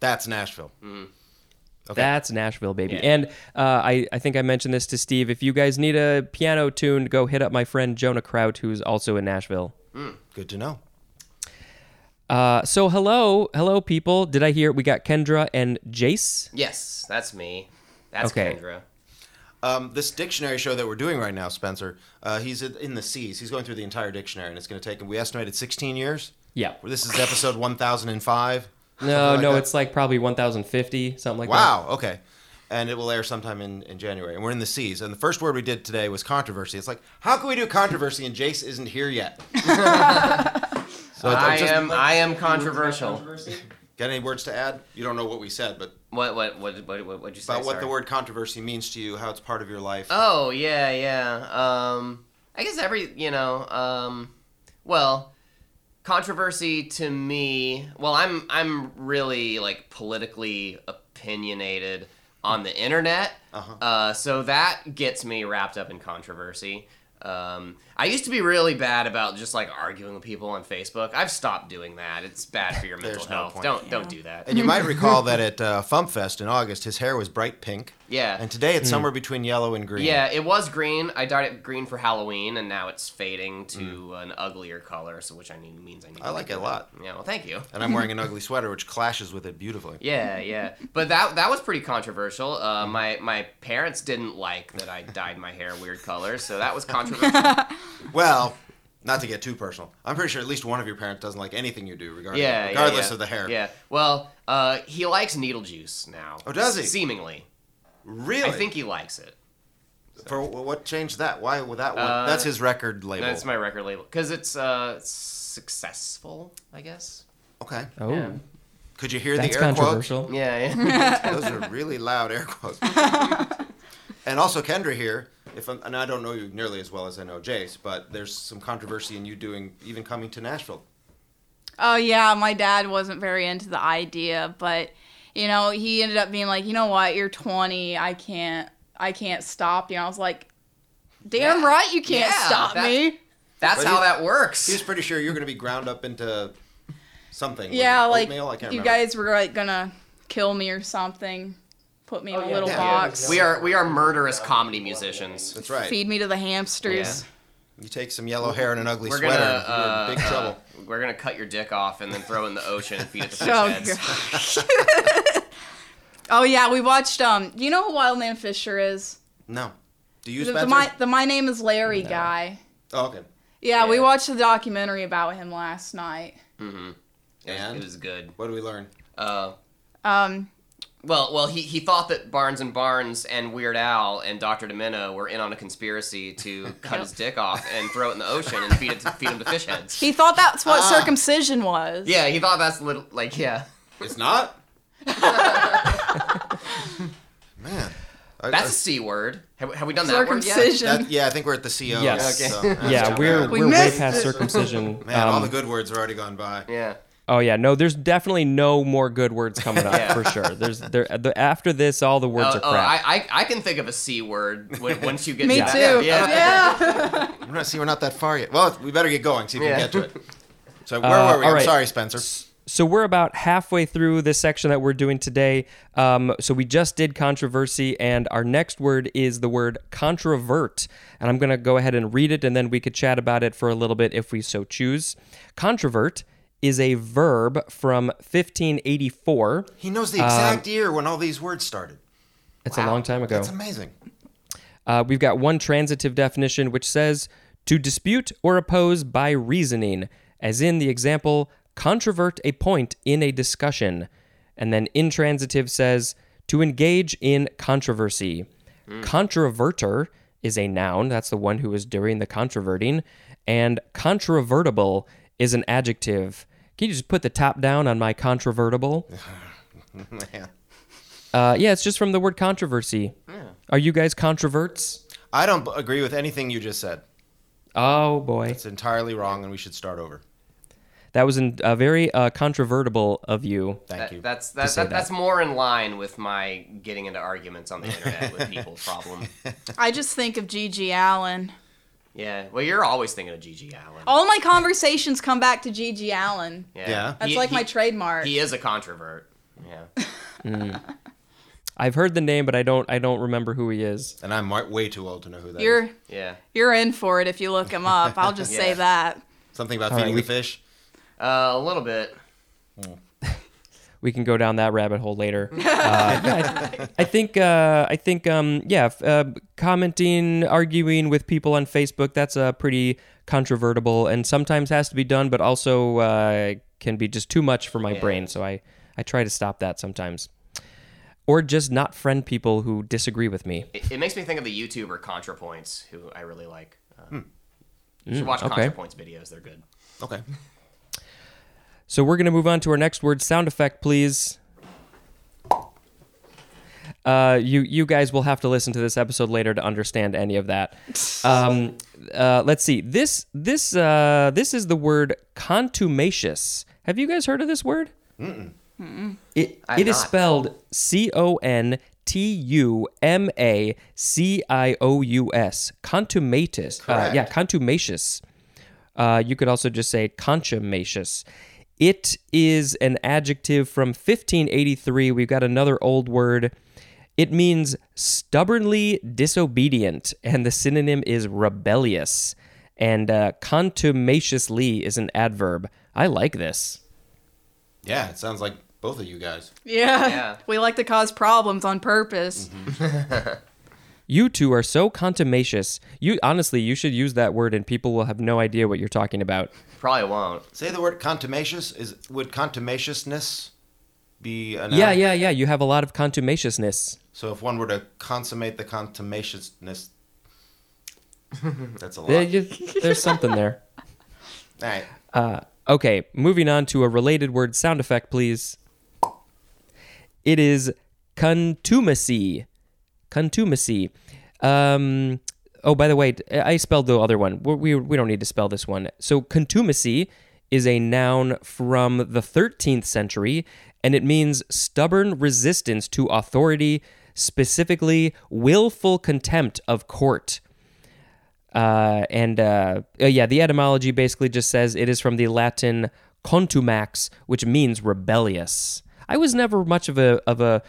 Speaker 2: That's Nashville.
Speaker 4: Mm.
Speaker 2: Okay.
Speaker 1: Oh, that's Nashville, baby.
Speaker 4: Yeah.
Speaker 1: And uh, I, I think I mentioned this to Steve. If you guys need a piano tuned, go hit up my friend Jonah Kraut, who's also in Nashville.
Speaker 2: Good to know.
Speaker 1: Uh, so hello, hello, people. Did I hear we got Kendra and Jace?
Speaker 4: Yes, that's me. That's
Speaker 1: Okay.
Speaker 4: Kendra.
Speaker 2: Um, this dictionary show that we're doing right now, Spencer, uh, he's in in the seas. He's going through the entire dictionary, and it's going to take him. We estimated 16 years.
Speaker 1: Yeah.
Speaker 2: Well, This is episode 1005.
Speaker 1: No,
Speaker 2: like
Speaker 1: no,
Speaker 2: that.
Speaker 1: it's like probably 1,050, something like that.
Speaker 2: Wow. Okay. And it will air sometime in, in January. And we're in the seas. And the first word we did today was controversy. It's like, how can we do controversy and Jace isn't here yet? so it's- I'm
Speaker 4: I
Speaker 2: just-
Speaker 4: am I am controversial.
Speaker 2: Got any words to add? You don't know what we said, but
Speaker 4: What what what what what would you say?
Speaker 2: about what
Speaker 4: Sorry.
Speaker 2: the word controversy means to you, how it's part of your life.
Speaker 4: Oh yeah, yeah. Um, I guess every you know, um, well, controversy to me. Well, I'm I'm really like politically opinionated on the internet,
Speaker 2: Uh-huh.
Speaker 4: uh, so that gets me wrapped up in controversy. Um, I used to be really bad about just like arguing with people on Facebook. I've stopped doing that. It's bad for your mental
Speaker 2: There's no
Speaker 4: health.
Speaker 2: point.
Speaker 4: Don't don't do that.
Speaker 2: And you might recall that at uh, FumpFest in August, his hair was bright pink.
Speaker 4: Yeah.
Speaker 2: And today
Speaker 1: Hmm.
Speaker 2: it's somewhere between yellow and green.
Speaker 4: Yeah, it was green. I dyed it green for Halloween, and now it's fading to an uglier color, so which I need means I need.
Speaker 2: Mm. I
Speaker 4: to
Speaker 2: like
Speaker 4: do
Speaker 2: it a lot.
Speaker 4: Yeah, well, thank you.
Speaker 2: And I'm wearing an ugly sweater, which clashes with it beautifully.
Speaker 4: Yeah, yeah, but that that was pretty controversial.
Speaker 2: Mm.
Speaker 4: Uh, my my parents didn't like that I dyed my hair weird colors, so that was controversial.
Speaker 2: Well, not to get too personal, I'm pretty sure at least one of your parents doesn't like anything you do, regardless,
Speaker 4: yeah, yeah,
Speaker 2: regardless
Speaker 4: yeah.
Speaker 2: of the hair.
Speaker 4: Yeah. Well, uh, he likes needle juice now.
Speaker 2: Oh, does he?
Speaker 4: Seemingly,
Speaker 2: Really?
Speaker 4: I think he likes it.
Speaker 2: For wh- what changed that? Why would that one?
Speaker 4: Uh,
Speaker 2: that's his record label.
Speaker 4: That's my record label because it's uh, successful, I guess.
Speaker 2: okay.
Speaker 1: Oh,
Speaker 4: Yeah.
Speaker 2: Could you hear
Speaker 1: that's
Speaker 2: the air
Speaker 1: controversial.
Speaker 2: Oh.
Speaker 4: Yeah. yeah.
Speaker 2: quotes? Those are really loud air quotes. and also Kendra here. If I'm, and I don't know you nearly as well as I know Jace, but there's some controversy in you doing even coming to Nashville.
Speaker 3: oh yeah, my dad wasn't very into the idea, but you know, he ended up being like, "You know what? You're 20. I can't I can't stop you." I was like, "Damn
Speaker 4: Yeah.
Speaker 3: right you can't
Speaker 4: Yeah,
Speaker 3: stop
Speaker 4: that-
Speaker 3: me."
Speaker 4: That's
Speaker 2: But
Speaker 4: how
Speaker 2: he-
Speaker 4: that works.
Speaker 2: He was pretty sure you were going to be ground up into something.
Speaker 3: Yeah,
Speaker 2: Was it
Speaker 3: like
Speaker 2: oatmeal? I can't
Speaker 3: you
Speaker 2: remember.
Speaker 3: guys were like going to kill me or something. Put me in a
Speaker 5: yeah,
Speaker 3: little
Speaker 2: yeah.
Speaker 3: box.
Speaker 4: We are we are murderous comedy musicians.
Speaker 2: That's right.
Speaker 3: Feed me to the hamsters.
Speaker 2: You take some yellow hair and an ugly
Speaker 4: We're
Speaker 2: sweater.
Speaker 4: gonna
Speaker 2: and you're
Speaker 4: uh,
Speaker 2: in big trouble.
Speaker 4: uh, we're gonna cut your dick off and then throw it in the ocean and feed it to fish
Speaker 3: Oh,
Speaker 4: heads.
Speaker 3: God. oh yeah, we watched. Um, do you know who Wildman Fisher is?
Speaker 2: no. Do you
Speaker 3: The,
Speaker 2: Spencer?
Speaker 3: the my the My Name Is Larry guy.
Speaker 2: oh, okay.
Speaker 3: Yeah, we
Speaker 4: Yeah.
Speaker 3: watched the documentary about him last night.
Speaker 4: It was-
Speaker 2: And?
Speaker 4: it was good.
Speaker 2: What do we learn?
Speaker 4: Uh,
Speaker 3: Um,
Speaker 4: well, well, he, he thought that Barnes and Barnes and Weird Al and Dr. Domino were in on a conspiracy to cut his dick off and throw it in the ocean and feed it to, feed him to fish heads.
Speaker 3: he thought that's what
Speaker 2: Ah.
Speaker 3: circumcision was.
Speaker 4: Yeah, he thought that's little like yeah.
Speaker 2: It's not. Man. I-
Speaker 4: That's
Speaker 2: I-
Speaker 4: a c word. Have, have we done that word yet?
Speaker 3: Circumcision.
Speaker 2: that- yeah, I think we're at the CO.
Speaker 1: Yes.
Speaker 2: so
Speaker 4: Okay.
Speaker 2: that's
Speaker 1: yeah,
Speaker 2: too
Speaker 1: we're
Speaker 2: bad.
Speaker 3: We
Speaker 1: we are way
Speaker 3: missed
Speaker 1: past
Speaker 3: it.
Speaker 1: circumcision.
Speaker 2: Man, all
Speaker 1: Um,
Speaker 2: the good words are already gone by.
Speaker 4: Yeah.
Speaker 1: oh yeah, no, there's definitely no more good words coming up
Speaker 4: Yeah.
Speaker 1: for sure. There's there the, after this, all the words
Speaker 4: oh,
Speaker 1: are
Speaker 4: oh,
Speaker 1: crap.
Speaker 4: I, I I can think of a c word when, once you get
Speaker 3: Me
Speaker 4: to that.
Speaker 3: too.
Speaker 4: Yeah.
Speaker 3: Yeah.
Speaker 2: We're not, see, we're not that far yet. Well, we better get going. See if
Speaker 4: Yeah.
Speaker 2: we can get to it. So where
Speaker 1: Uh,
Speaker 2: were we?
Speaker 1: all
Speaker 2: I'm
Speaker 1: right.
Speaker 2: sorry, Spencer.
Speaker 1: so we're about halfway through this section that we're doing today. Um, so we just did controversy, and our next word is the word controvert. And I'm going to go ahead and read it, and then we could chat about it for a little bit if we so choose. Controvert is a verb from 1584.
Speaker 2: He knows the
Speaker 4: um,
Speaker 2: exact year when all these words started.
Speaker 1: It's a long time ago.
Speaker 2: That's amazing.
Speaker 1: Uh, we've got one transitive definition which says to dispute or oppose by reasoning, as in the example, controvert a point in a discussion. And then intransitive says to engage in controversy. Controverter is a noun, that's the one who is doing the controverting. And controvertible is an adjective. Can you just put the top down on my controvertible? Uh, yeah, it's just from the word controversy. Are you guys controverts?
Speaker 2: I don't b- agree with anything you just said.
Speaker 1: Oh boy,
Speaker 2: It's entirely wrong, and we should start over.
Speaker 1: that was an, uh, very uh, controvertible of you.
Speaker 2: Thank
Speaker 4: That,
Speaker 2: you.
Speaker 4: that's that,
Speaker 1: say
Speaker 4: that, that's more in line with my getting into arguments on the internet with people problem.
Speaker 3: I just think of Gigi Allen.
Speaker 4: Yeah. Well, you're always thinking of Gigi Allen.
Speaker 3: All my conversations come back to Gigi Allen.
Speaker 2: Yeah.
Speaker 3: That's
Speaker 4: He-
Speaker 3: like my
Speaker 4: he-
Speaker 3: trademark.
Speaker 4: He is a controvert. Yeah.
Speaker 1: I've heard the name, but I don't. I don't remember who he is.
Speaker 2: and I'm wa- way too old to know who that is.
Speaker 3: You're
Speaker 4: Yeah.
Speaker 3: you're in for it if you look him up. I'll just say
Speaker 4: Yeah.
Speaker 3: that.
Speaker 2: Something about
Speaker 1: All right,
Speaker 2: feeding
Speaker 1: we-
Speaker 2: the fish.
Speaker 4: Uh, a little bit.
Speaker 1: We can go down that rabbit hole later. Uh, yeah, I, I think. Uh, I think. Um, yeah, f- uh, commenting, arguing with people on Facebook—that's uh, pretty controvertible, and sometimes has to be done, but also uh, can be just too much for my brain. So I, I try to stop that sometimes, or just not friend people who disagree with me.
Speaker 4: It, it makes me think of the YouTuber ContraPoints, who I really like. Uh, You should watch
Speaker 1: okay.
Speaker 4: ContraPoints videos; they're good.
Speaker 2: Okay.
Speaker 1: So we're going to move on to our next word. Sound effect, please. Uh, you you guys will have to listen to this episode later to understand any of that. Um, uh, let's see. This this uh, this is the word contumacious. Have you guys heard of this word? Mm-mm. It
Speaker 4: I have
Speaker 1: it is
Speaker 4: not.
Speaker 1: spelled C O N T U M A C I O U S. Contumatus. Uh, yeah, contumacious. Uh, you could also just say contumacious. It is an adjective from 1583. We've got another old word. It means stubbornly disobedient, and the synonym is rebellious. And uh, contumaciously is an adverb. I like this.
Speaker 2: Yeah, it sounds like both of you guys.
Speaker 3: Yeah.
Speaker 4: Yeah. Mm-hmm.
Speaker 3: We like to cause problems on purpose.
Speaker 1: You two are so contumacious. You honestly, you should use that word, and people will have no idea what you're talking about.
Speaker 4: Probably won't.
Speaker 2: Say the word contumacious. Is would contumaciousness be an
Speaker 1: Yeah, yeah, yeah. Uh, You have a lot of contumaciousness.
Speaker 2: So if one were to consummate the contumaciousness, that's a lot.
Speaker 1: There- you- There's something there.
Speaker 2: All right.
Speaker 1: Okay, moving on to a related word sound effect, please. It is contumacy. Contumacy. Um, oh, by the way, I spelled the other one. We, we, we don't need to spell this one. So, contumacy is a noun from the 13th century, and it means stubborn resistance to authority, specifically willful contempt of court. Uh, and uh, uh, yeah, the etymology basically just says it is from the Latin contumax, which means rebellious. I was never much of a of a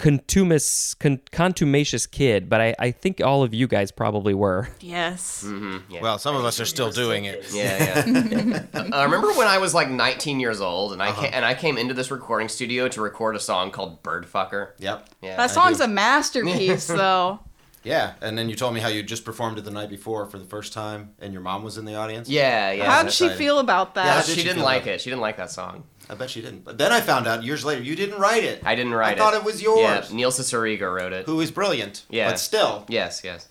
Speaker 1: contumacious con- contumacious kid, but I, I think all of you guys probably were.
Speaker 3: Yes.
Speaker 4: Mm-hmm.
Speaker 2: Well, some of us are still doing it.
Speaker 4: Yeah, yeah. uh, remember when I was like 19 years old and I ca- and I came into this recording studio to record a song called Birdfucker?
Speaker 2: Yep.
Speaker 4: Yeah.
Speaker 3: That song's a masterpiece though.
Speaker 2: Yeah. And then you told me how you just performed it the night before for the first time, and your mom was in the audience.
Speaker 4: yeah, yeah.
Speaker 3: How'd
Speaker 2: that's
Speaker 3: she
Speaker 2: exciting.
Speaker 3: feel about
Speaker 4: Uh,
Speaker 2: How
Speaker 3: that?
Speaker 2: did
Speaker 4: she
Speaker 2: she
Speaker 4: didn't
Speaker 2: feel
Speaker 4: like
Speaker 2: about
Speaker 4: it. She didn't like that song.
Speaker 2: I bet she didn't. But then I found out years later you didn't write it.
Speaker 4: I didn't write
Speaker 2: I
Speaker 4: it.
Speaker 2: thought it was yours.
Speaker 4: Yeah, Neil Cicerega wrote it.
Speaker 2: Who is brilliant.
Speaker 4: Yeah.
Speaker 2: But still,
Speaker 4: Yes, yes.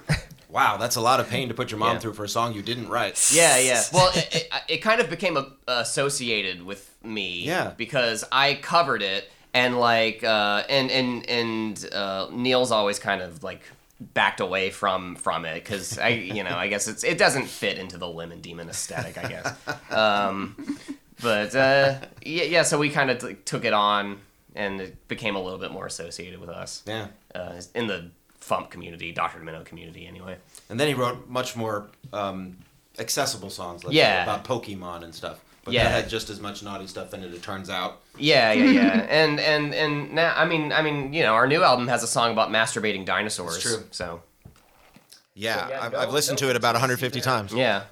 Speaker 2: wow, that's a lot of pain to put your mom
Speaker 4: Yeah.
Speaker 2: through for a song you didn't write.
Speaker 4: Yeah, yeah. Well, it, it, it kind of became a, associated with me.
Speaker 2: Yeah.
Speaker 4: Because I covered it, and like, uh, and and and uh, Neil's always kind of like backed away from from it because I, you know, I guess it's it doesn't fit into the lemon demon aesthetic, I guess. Um, but uh, yeah, yeah. So we kind of t- took it on, and it became a little bit more associated with us.
Speaker 2: Yeah.
Speaker 4: Uh, in the Fump community, Doctor Domino community, anyway.
Speaker 2: And then he wrote much more um, accessible songs, like
Speaker 4: Yeah.
Speaker 2: about Pokemon and stuff. But
Speaker 4: Yeah.
Speaker 2: that had just as much naughty stuff in it. It turns out.
Speaker 4: Yeah, yeah, yeah. and and and now, I mean, I mean, you know, our new album has a song about masturbating dinosaurs.
Speaker 2: It's true.
Speaker 4: So
Speaker 2: Yeah,
Speaker 4: yeah,
Speaker 2: I've,
Speaker 4: no-
Speaker 2: I've listened
Speaker 4: no
Speaker 2: to it about 150 times.
Speaker 4: yeah,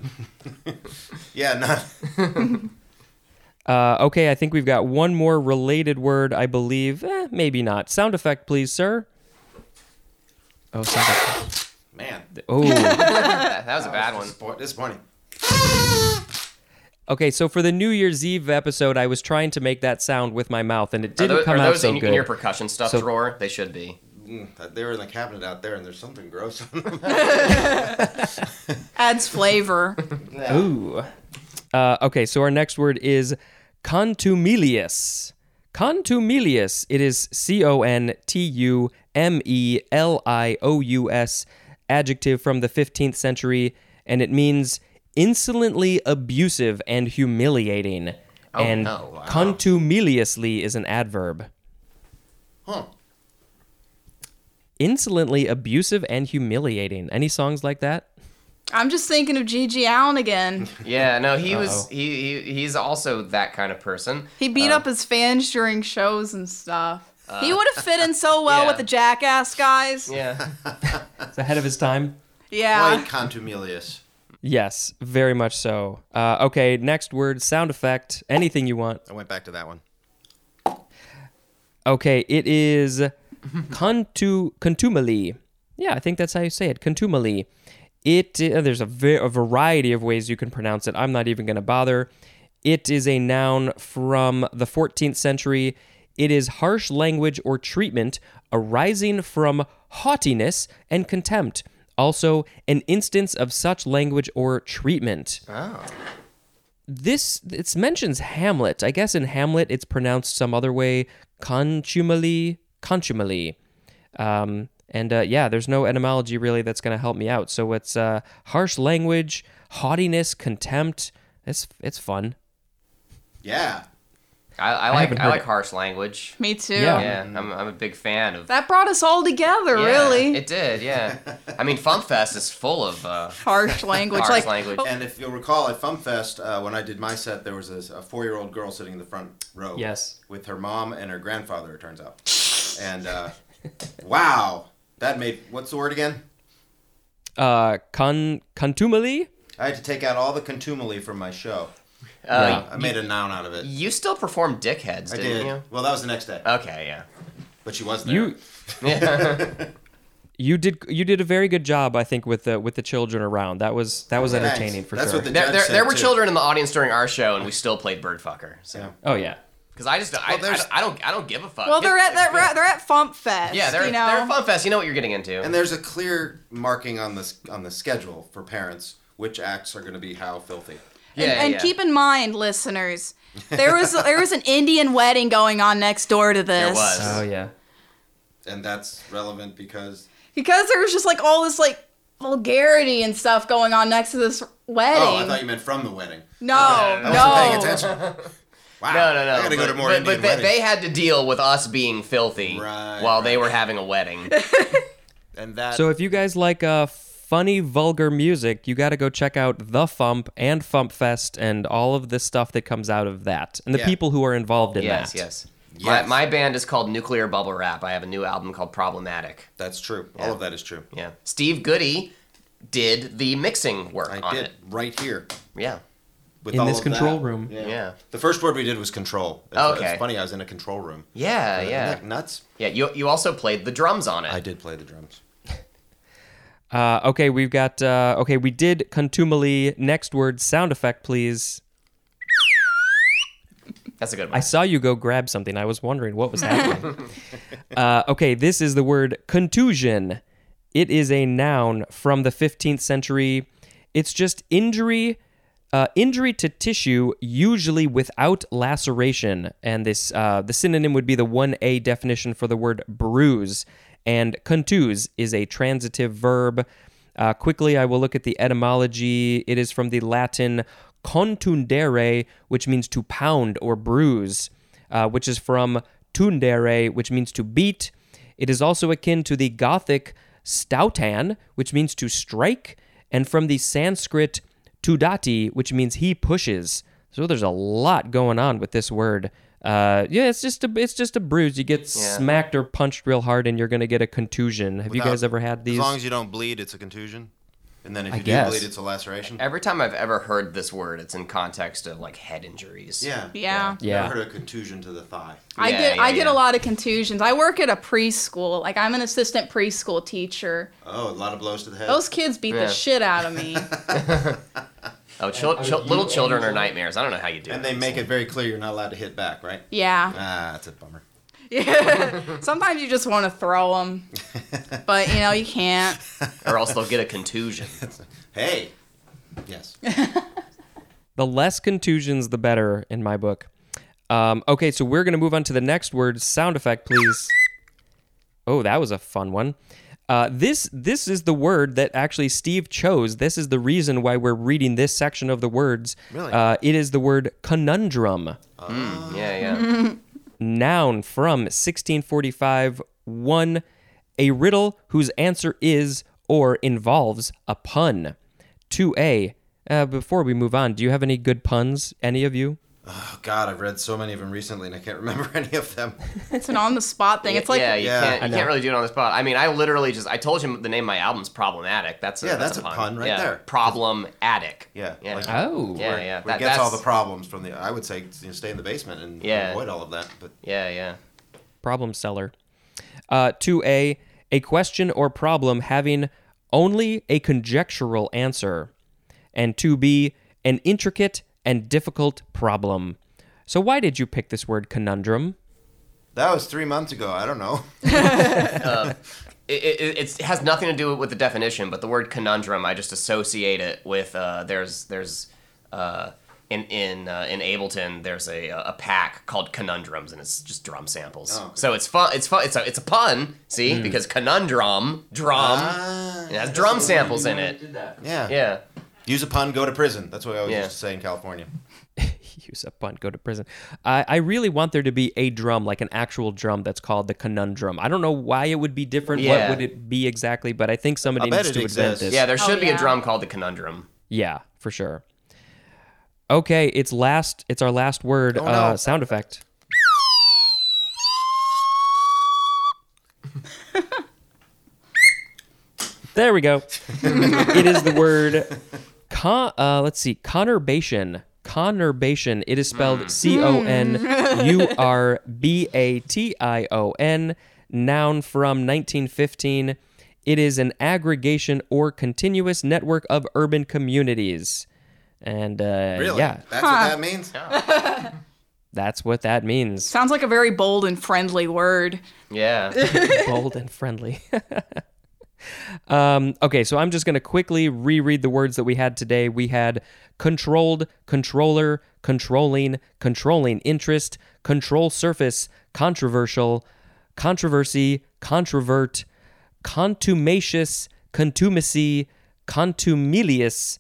Speaker 2: Yeah, no,
Speaker 1: Uh, okay, I think we've got one more related word, I believe. Eh, maybe not. Sound effect, please, sir. Oh, sound effect.
Speaker 2: man,
Speaker 1: Oh.
Speaker 4: that, that was a bad one.
Speaker 2: disappoint- disappointing.
Speaker 1: Okay, so for the New Year's Eve episode, I was trying to make that sound with my mouth, and it
Speaker 4: Are
Speaker 1: didn't
Speaker 4: tho-
Speaker 1: come
Speaker 4: are
Speaker 1: out
Speaker 4: those
Speaker 1: so
Speaker 4: in,
Speaker 1: good.
Speaker 4: in your percussion stuff
Speaker 1: So-
Speaker 4: drawer? They should be.
Speaker 2: Mm, they were in the cabinet out there, and there's something gross on them.
Speaker 3: Adds flavor.
Speaker 1: Ooh. Uh, okay, so our next word is contumelious. Contumelious. It is C O N T U M E L I O U S, adjective from the 15th century, and it means insolently abusive and humiliating. and
Speaker 4: no, wow.
Speaker 1: contumeliously is an adverb.
Speaker 2: Huh.
Speaker 1: Insolently abusive and humiliating. Any songs like that?
Speaker 3: I'm just thinking of Gigi Allen again.
Speaker 4: Yeah, no, he was he, he he's also that kind of person.
Speaker 3: He beat up his fans during shows and stuff. he would have fit in so well
Speaker 4: Uh, yeah.
Speaker 3: with the jackass guys. Yeah.
Speaker 4: Yeah.
Speaker 1: It's ahead of his time.
Speaker 2: Quite contumelious.
Speaker 1: Yes, very much so. Uh, okay, next word, sound effect, anything you want.
Speaker 2: I went back to that one.
Speaker 1: Okay, it is contu contumely. Yeah, I think that's how you say it. Contumely. It uh, there's a, ve- a variety of ways you can pronounce it. I'm not even going to bother. It is a noun from the 14th century. It is harsh language or treatment arising from haughtiness and contempt. Also, an instance of such language or treatment. this it mentions Hamlet. I guess in Hamlet it's pronounced some other way, contumely, contumely. Um, and uh, yeah, there's no etymology really that's going to help me out. So it's uh, harsh language, haughtiness, contempt. It's it's fun.
Speaker 2: Yeah.
Speaker 4: I, I like
Speaker 1: haven't
Speaker 4: I,
Speaker 1: heard
Speaker 4: like
Speaker 1: it.
Speaker 4: harsh language.
Speaker 3: Me too.
Speaker 1: Yeah.
Speaker 4: Yeah, I'm I'm a big fan of
Speaker 3: That brought us all together,
Speaker 4: Yeah,
Speaker 3: really.
Speaker 4: It did, yeah. I mean, Fumfest is full of uh,
Speaker 3: harsh language.
Speaker 4: harsh
Speaker 3: like,
Speaker 4: language.
Speaker 2: And if you'll recall, at FumFest, uh, when I did my set, there was a, a four-year-old girl sitting in the front row.
Speaker 1: Yes.
Speaker 2: With her mom and her grandfather, it turns out. And uh, wow, that made what's the word again?
Speaker 1: Uh, con contumely.
Speaker 2: I had to take out all the contumely from my show.
Speaker 4: Uh,
Speaker 2: I made a noun out of it.
Speaker 4: You still performed Dickheads,
Speaker 2: I
Speaker 4: didn't
Speaker 2: did.
Speaker 4: you? Uh,
Speaker 2: Well, that was the next day,
Speaker 4: Okay, yeah.
Speaker 2: but she was there.
Speaker 1: You you did you did a very good job, I think, with the with the children around. That was that was
Speaker 2: Thanks.
Speaker 1: entertaining for
Speaker 2: That's
Speaker 1: sure.
Speaker 2: what the
Speaker 4: There,
Speaker 2: judge
Speaker 4: there,
Speaker 2: said,
Speaker 4: there were
Speaker 2: too.
Speaker 4: children in the audience during our show, and we still played Birdfucker. So,
Speaker 2: Yeah.
Speaker 1: oh yeah.
Speaker 4: because I just, I, I,
Speaker 2: Well, there's-
Speaker 4: don't- I don't, I don't give a fuck.
Speaker 3: well, they're at that.
Speaker 4: Get-
Speaker 3: Ra- they're at Fump Fest.
Speaker 4: yeah, they're,
Speaker 3: you know.
Speaker 4: they're at Fun Fest. You know what you're getting into.
Speaker 2: And there's a clear marking on this on the schedule for parents which acts are going to be how filthy.
Speaker 4: yeah,
Speaker 3: and, and
Speaker 4: yeah.
Speaker 3: keep in mind, listeners, there was there was an Indian wedding going on next door to this.
Speaker 4: there was.
Speaker 1: Oh yeah.
Speaker 2: And that's relevant because
Speaker 3: because there was just like all this like vulgarity and stuff going on next to this wedding.
Speaker 2: oh, I thought you meant from the wedding.
Speaker 3: no,
Speaker 4: I
Speaker 2: I wasn't paying
Speaker 3: no.
Speaker 2: attention. Wow.
Speaker 4: No, no, no.
Speaker 2: I gotta
Speaker 4: but,
Speaker 2: go to more
Speaker 4: but,
Speaker 2: Indian
Speaker 4: but they,
Speaker 2: weddings.
Speaker 4: they had to deal with us being filthy
Speaker 2: Right,
Speaker 4: while they
Speaker 2: right.
Speaker 4: were having a wedding.
Speaker 2: and that
Speaker 1: So if you guys like uh, funny, vulgar music, you got to go check out The Fump and Fump Fest and all of the stuff that comes out of that and the
Speaker 2: Yeah.
Speaker 1: people who are involved in
Speaker 4: yes,
Speaker 1: that.
Speaker 4: yes.
Speaker 2: Yes.
Speaker 4: My, my band is called Nuclear Bubble Wrap. I have a new album called Problematic.
Speaker 2: that's true. All of that is true.
Speaker 4: Yeah. Steve Goody did the mixing work
Speaker 2: I
Speaker 4: on
Speaker 2: did
Speaker 4: it.
Speaker 2: right here
Speaker 4: Yeah.
Speaker 2: with
Speaker 1: In
Speaker 2: all
Speaker 1: this
Speaker 2: of
Speaker 1: control
Speaker 2: that.
Speaker 1: room.
Speaker 2: Yeah.
Speaker 4: Yeah.
Speaker 2: The first word we did was control. It's-
Speaker 4: Okay.
Speaker 2: It's funny. I was in a control room.
Speaker 4: Yeah,
Speaker 2: Isn't
Speaker 4: yeah.
Speaker 2: that nuts.
Speaker 4: Yeah, you, you also played the drums on it.
Speaker 2: I did play the drums.
Speaker 1: Uh, okay, we've got. Uh, okay, we did contumely. Next word, sound effect, please.
Speaker 4: That's a good
Speaker 1: I
Speaker 4: one.
Speaker 1: saw you go grab something. I was wondering what was happening. uh, okay, this is the word contusion. It is a noun from the 15th century. It's just injury, uh, injury to tissue, usually without laceration. And this, uh, the synonym would be the 1A definition for the word bruise. And contuse is a transitive verb. Uh, quickly, I will look at the etymology. It is from the Latin contundere, which means to pound or bruise, uh, which is from tundere, which means to beat. It is also akin to the Gothic stautan, which means to strike, and from the Sanskrit tudati, which means he pushes. So there's a lot going on with this word. Uh, yeah, it's just a it's just a bruise. You get smacked or punched real hard, and you're gonna get a contusion. Have you guys ever had these?
Speaker 2: As long as you don't bleed, it's a contusion. And then if you
Speaker 1: guess.
Speaker 2: do bleed, it's a laceration.
Speaker 4: Every time I've ever heard this word, it's in context of like head injuries.
Speaker 2: Yeah.
Speaker 3: Yeah.
Speaker 1: Yeah.
Speaker 2: I heard a contusion to the thigh.
Speaker 3: I
Speaker 4: Yeah,
Speaker 3: get
Speaker 4: yeah,
Speaker 3: I get
Speaker 4: yeah.
Speaker 3: a lot of contusions. I work at a preschool. Like I'm an assistant preschool teacher.
Speaker 2: Oh, a lot of blows to the head.
Speaker 3: Those kids beat
Speaker 4: Yeah.
Speaker 3: the shit out of me.
Speaker 4: Oh, chil-
Speaker 5: And-
Speaker 4: chil-
Speaker 5: you
Speaker 4: little
Speaker 5: and
Speaker 4: children
Speaker 5: your-
Speaker 4: are nightmares. I don't know how you do.
Speaker 2: And they make it very clear you're not allowed to hit back, right?
Speaker 3: Yeah.
Speaker 2: Ah, that's a bummer.
Speaker 3: yeah. Sometimes you just want to throw them, but you know you can't.
Speaker 4: or else they'll get a contusion.
Speaker 2: Hey. Yes.
Speaker 1: The less contusions, the better in my book. Um, okay, so we're going to move on to the next word. Sound effect, please. Oh, that was a fun one. Uh, this this is the word that actually Steve chose. This is the reason why we're reading this section of the words.
Speaker 2: Really?
Speaker 1: Uh, it is the word conundrum,
Speaker 4: Hmm, Yeah,
Speaker 3: Mm-hmm.
Speaker 4: yeah.
Speaker 1: noun from 1645. One, a riddle whose answer is or involves a pun. Two a. Uh, before we move on, do you have any good puns? Any of you?
Speaker 2: Oh God, I've read so many of them recently, and I can't remember any of them.
Speaker 3: It's an on the spot thing. It's like
Speaker 4: yeah, you
Speaker 2: Yeah.
Speaker 4: can't
Speaker 2: I
Speaker 4: you can't really do it on the spot. I mean, I literally just I told him the name of my album's problematic. That's a,
Speaker 2: Yeah,
Speaker 4: that's,
Speaker 2: that's a pun right
Speaker 4: Yeah,
Speaker 2: there.
Speaker 4: Problem addic.
Speaker 2: Yeah,
Speaker 4: yeah,
Speaker 2: like-
Speaker 1: Oh.
Speaker 4: yeah, yeah.
Speaker 2: Where
Speaker 4: That,
Speaker 2: it gets
Speaker 4: that's
Speaker 2: all the problems from the. I would say you know, stay in the basement and
Speaker 4: Yeah.
Speaker 2: avoid all of that. But
Speaker 4: yeah, yeah.
Speaker 1: problem seller. Uh, 2A, a question or problem having only a conjectural answer. And 2B, an intricate and difficult problem. So, why did you pick this word conundrum?
Speaker 2: that was three months ago. I don't know.
Speaker 4: It, it, it's, it has nothing to do with the definition, but the word conundrum, I just associate it with uh, there's there's uh, in in uh, in Ableton there's a a pack called conundrums, and it's just drum samples.
Speaker 2: Oh, okay.
Speaker 4: So it's fun. It's fun. It's a it's a pun. See, because conundrum drum
Speaker 2: Ah,
Speaker 4: it has drum samples in it.
Speaker 2: yeah.
Speaker 4: Yeah.
Speaker 2: Use a pun, go to prison. That's what I always
Speaker 4: Yeah.
Speaker 2: used to say in California.
Speaker 1: Use a pun, go to prison. I, I really want there to be a drum, like an actual drum that's called the conundrum. I don't know why it would be different.
Speaker 4: Yeah.
Speaker 1: What would it be exactly? But I think somebody
Speaker 2: I bet
Speaker 1: needs
Speaker 2: it
Speaker 1: to invent
Speaker 2: exists.
Speaker 1: this.
Speaker 4: Yeah, there
Speaker 3: Oh,
Speaker 4: should be
Speaker 3: yeah.
Speaker 4: a drum called the conundrum.
Speaker 1: Yeah, for sure. Okay, it's last. It's our last word.
Speaker 2: no.
Speaker 1: uh, Sound effect. there we go. it is the word. Con- uh, let's see. Conurbation. Conurbation. It is spelled C O N U R B A T I O N. Noun from 1915. It is an aggregation or continuous network of urban communities. And uh,
Speaker 2: Really?
Speaker 1: yeah,
Speaker 2: That's what that means.
Speaker 1: that's what that means.
Speaker 3: sounds like a very bold and friendly word.
Speaker 4: Yeah.
Speaker 1: bold and friendly. um, okay, so I'm just going to quickly reread the words that we had today. We had controlled, controller, controlling, controlling interest, control surface, controversial, controversy, controvert, contumacious, contumacy, contumelious,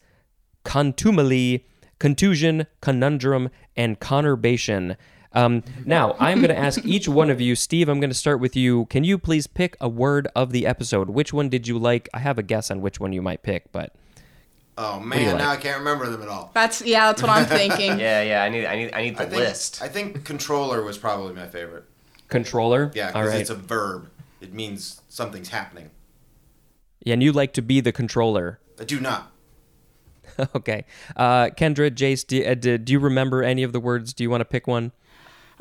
Speaker 1: contumely, contusion, conundrum, and conurbation. Um, now, I'm going to ask each one of you, Steve, I'm going to start with you. Can you please pick a word of the episode? Which one did you like? I have a guess on which one you might pick, but
Speaker 2: Oh man, now I can't remember them at all.
Speaker 3: That's yeah, that's what I'm thinking.
Speaker 4: yeah, yeah. I need I need I need the
Speaker 2: I think,
Speaker 4: list.
Speaker 2: I think controller was probably my favorite.
Speaker 1: controller.
Speaker 2: Yeah,
Speaker 1: All
Speaker 2: because
Speaker 1: right.
Speaker 2: it's a verb. It means something's happening.
Speaker 1: yeah, and you like to be the controller.
Speaker 2: I do not.
Speaker 1: okay. Uh, Kendra, Jace, do, uh, do, do you remember any of the words? Do you want to pick one?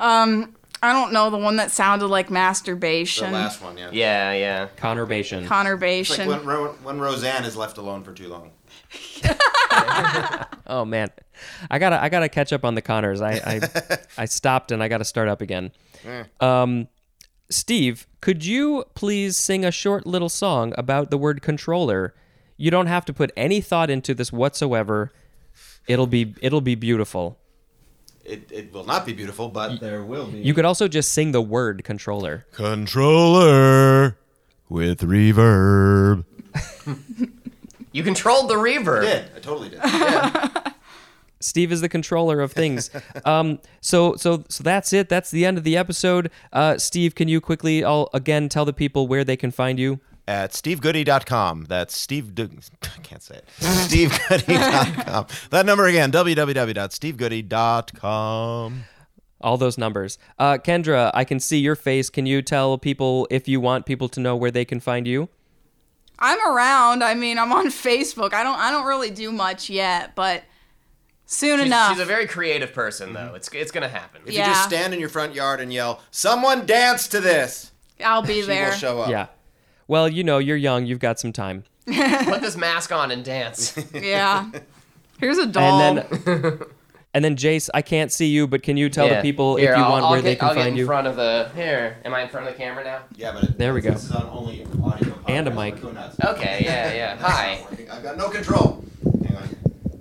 Speaker 3: I don't know the one that sounded like masturbation,
Speaker 2: The last one, yeah.
Speaker 4: yeah, yeah.
Speaker 1: Conurbation.
Speaker 2: It's
Speaker 3: conurbation.
Speaker 2: like when, Ro- when Roseanne is left alone for too long.
Speaker 1: Oh man, I gotta I gotta catch up on the Connors. I I, I stopped and I gotta start up again. Um, Steve, could you please sing a short little song about the word controller? You don't have to put any thought into this whatsoever. It'll be it'll be beautiful.
Speaker 2: It, it will not be beautiful, but there will be.
Speaker 1: You could also just sing the word controller.
Speaker 2: Controller with reverb.
Speaker 4: You controlled the reverb.
Speaker 2: I did. I totally did.
Speaker 1: Steve is the controller of things. um, so so so that's it. That's the end of the episode. Uh, Steve, can you quickly all again tell the people where they can find you?
Speaker 2: at stevegoody.com. That's Steve. Do- I can't say it. stevegoody.com. That number again, www.stevegoody.com.
Speaker 1: all those numbers. Uh, Kendra, I can see your face. Can you tell people if you want people to know where they can find you?
Speaker 3: I'm around. I mean, I'm on Facebook. I don't I don't really do much yet, but soon
Speaker 4: She's,
Speaker 3: enough.
Speaker 4: she's a very creative person, though. It's it's gonna happen.
Speaker 2: If you just
Speaker 3: Yeah.
Speaker 2: stand in your front yard and yell, someone dance to this,
Speaker 3: I'll be
Speaker 2: she will
Speaker 3: there.
Speaker 2: show
Speaker 4: Oh.
Speaker 2: up.
Speaker 1: Yeah. Well, you know, you're young. You've got some time.
Speaker 4: Put this mask on and dance.
Speaker 3: Yeah. Here's a doll.
Speaker 1: and
Speaker 4: Oh.
Speaker 1: then and then Jace, I can't see you, but can you tell
Speaker 4: Yeah.
Speaker 1: the people
Speaker 4: Here,
Speaker 1: if you
Speaker 4: I'll-
Speaker 1: want
Speaker 4: I'll
Speaker 1: where
Speaker 4: get-
Speaker 1: they can
Speaker 4: I'll get
Speaker 1: find
Speaker 4: in
Speaker 1: you?
Speaker 4: front of the here. Am I in front of the camera now?
Speaker 5: Yeah, but it,
Speaker 1: There we go.
Speaker 5: This is on only audio. podcast,
Speaker 1: And a
Speaker 5: so
Speaker 1: mic.
Speaker 5: go nuts.
Speaker 4: Okay, yeah, yeah. Hi.
Speaker 5: I've got no control. Hang on.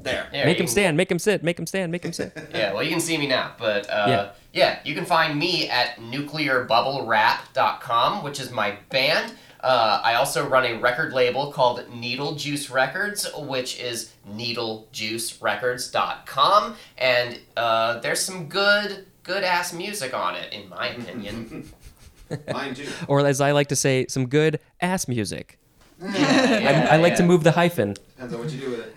Speaker 5: There.
Speaker 4: Here,
Speaker 1: Make
Speaker 4: you
Speaker 1: him
Speaker 4: can-
Speaker 1: stand, make him sit, make him stand, make him sit.
Speaker 4: Yeah, well, you can see me now, but uh, yeah. you can find me at nuclearbubblewrap.com, which is my band. Uh, I also run a record label called Needle Juice Records, which is needlejuicerecords.com, and uh, there's some good, good ass music on it, in my opinion.
Speaker 5: Mine too.
Speaker 1: Or as I like to say, some good ass music.
Speaker 4: Yeah, yeah,
Speaker 1: I like to
Speaker 4: yeah.
Speaker 1: move the hyphen.
Speaker 5: Depends on what you do with it.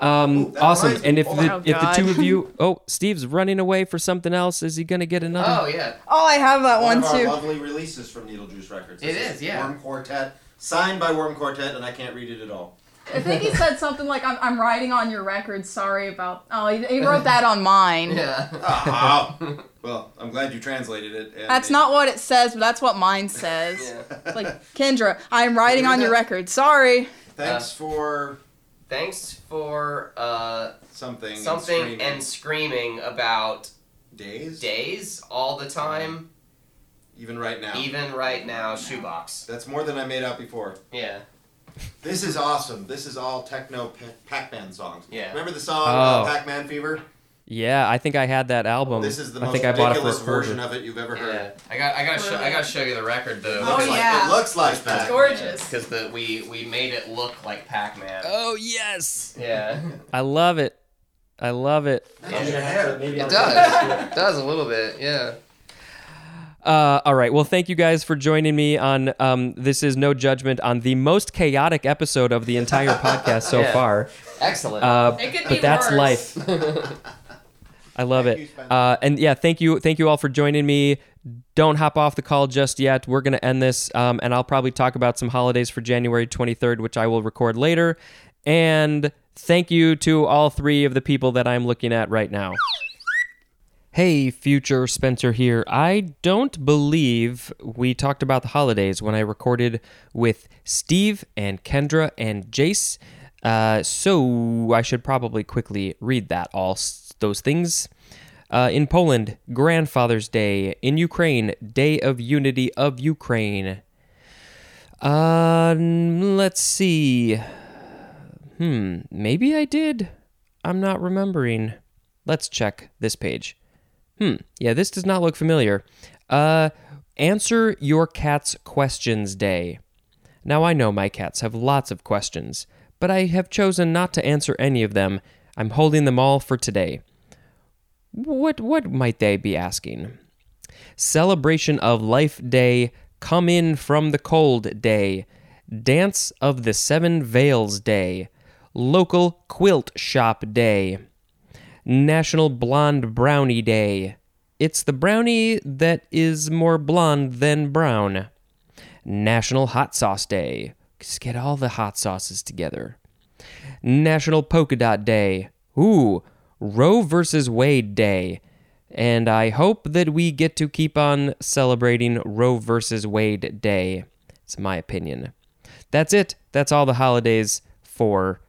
Speaker 1: Um,
Speaker 5: that
Speaker 1: awesome.
Speaker 5: reminds me-
Speaker 1: And if
Speaker 5: oh
Speaker 1: the,
Speaker 3: my
Speaker 1: if the
Speaker 3: God.
Speaker 1: two of you, oh, Steve's running away for something else. Is he gonna get another?
Speaker 4: Oh yeah,
Speaker 3: oh, I have that one
Speaker 5: of our
Speaker 3: too.
Speaker 5: lovely releases from Needle Juice Records.
Speaker 4: It
Speaker 5: This
Speaker 4: is, yeah.
Speaker 5: Worm Quartet, signed by Worm Quartet, and I can't read it at all.
Speaker 3: I think he said something like, I'm, I'm writing on your record, sorry about. Oh, he, he wrote that on mine.
Speaker 4: yeah. Ah.
Speaker 5: Oh, well, I'm glad you translated it. and
Speaker 3: That's
Speaker 5: it-
Speaker 3: not what it says, but that's what mine says. It's like, Kendra, I'm writing on your record, sorry.
Speaker 4: Uh,
Speaker 5: Thanks for
Speaker 4: Thanks for uh,
Speaker 5: something. and
Speaker 4: something
Speaker 5: screaming.
Speaker 4: and screaming about
Speaker 5: days.
Speaker 4: days all the time.
Speaker 5: Even right now.
Speaker 4: Even right now, shoebox.
Speaker 5: That's more than I made out before.
Speaker 4: Yeah.
Speaker 5: This is awesome. This is all techno pa- Pac-Man songs.
Speaker 4: Yeah.
Speaker 5: Remember the song uh,
Speaker 1: Oh.
Speaker 5: Pac-Man Fever?
Speaker 1: Yeah, I think I had that album.
Speaker 5: This is the
Speaker 1: I
Speaker 5: most
Speaker 1: think I bought it for a
Speaker 5: ridiculous
Speaker 1: quarter.
Speaker 5: version of it you've ever heard.
Speaker 4: Yeah. I got I gotta show I gotta show you the record though.
Speaker 3: Oh,
Speaker 5: Looks like-
Speaker 3: yeah.
Speaker 5: It looks like that.
Speaker 3: Gorgeous.
Speaker 4: Because the we we made it look like Pac-Man.
Speaker 1: Oh yes,
Speaker 4: Yeah.
Speaker 1: I love it. I love it.
Speaker 4: It does. it does a little bit, yeah.
Speaker 1: Uh, all right. Well, thank you guys for joining me on um, this is no judgment on the most chaotic episode of the entire podcast so
Speaker 4: Yeah.
Speaker 1: far.
Speaker 4: Excellent.
Speaker 1: Uh,
Speaker 3: It could
Speaker 1: but
Speaker 3: be
Speaker 1: that's
Speaker 3: worse.
Speaker 1: life. I love
Speaker 5: Thank you,
Speaker 1: it.
Speaker 5: Spencer.
Speaker 1: uh, and yeah, thank you, thank you all for joining me. Don't hop off the call just yet. We're gonna end this, um, and I'll probably talk about some holidays for January 23rd, which I will record later. And thank you to all three of the people that I'm looking at right now. Hey, future Spencer here. I don't believe we talked about the holidays when I recorded with Steve and Kendra and Jace. Uh, so I should probably quickly read that all s- those things. Uh, in Poland, Grandfather's Day. In Ukraine, Day of Unity of Ukraine. Uh, n- let's see. Hmm, maybe I did. I'm not remembering. Let's check this page. Hmm, yeah, this does not look familiar. Uh, Answer Your Cat's Questions Day. Now, I know my cats have lots of questions, but I have chosen not to answer any of them. I'm holding them all for today. What, what might they be asking? Celebration of Life Day, Come In From the Cold Day, Dance of the Seven Veils Day, Local Quilt Shop Day, National Blonde Brownie Day. It's the brownie that is more blonde than brown. National Hot Sauce Day. Just get all the hot sauces together. National Polka Dot Day. Ooh, Roe versus Wade Day. And I hope that we get to keep on celebrating Roe versus Wade Day. It's my opinion. That's it. That's all the holidays for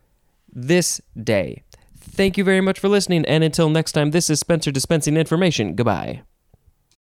Speaker 1: this day. Thank you very much for listening, and until next time, this is Spencer dispensing information. Goodbye.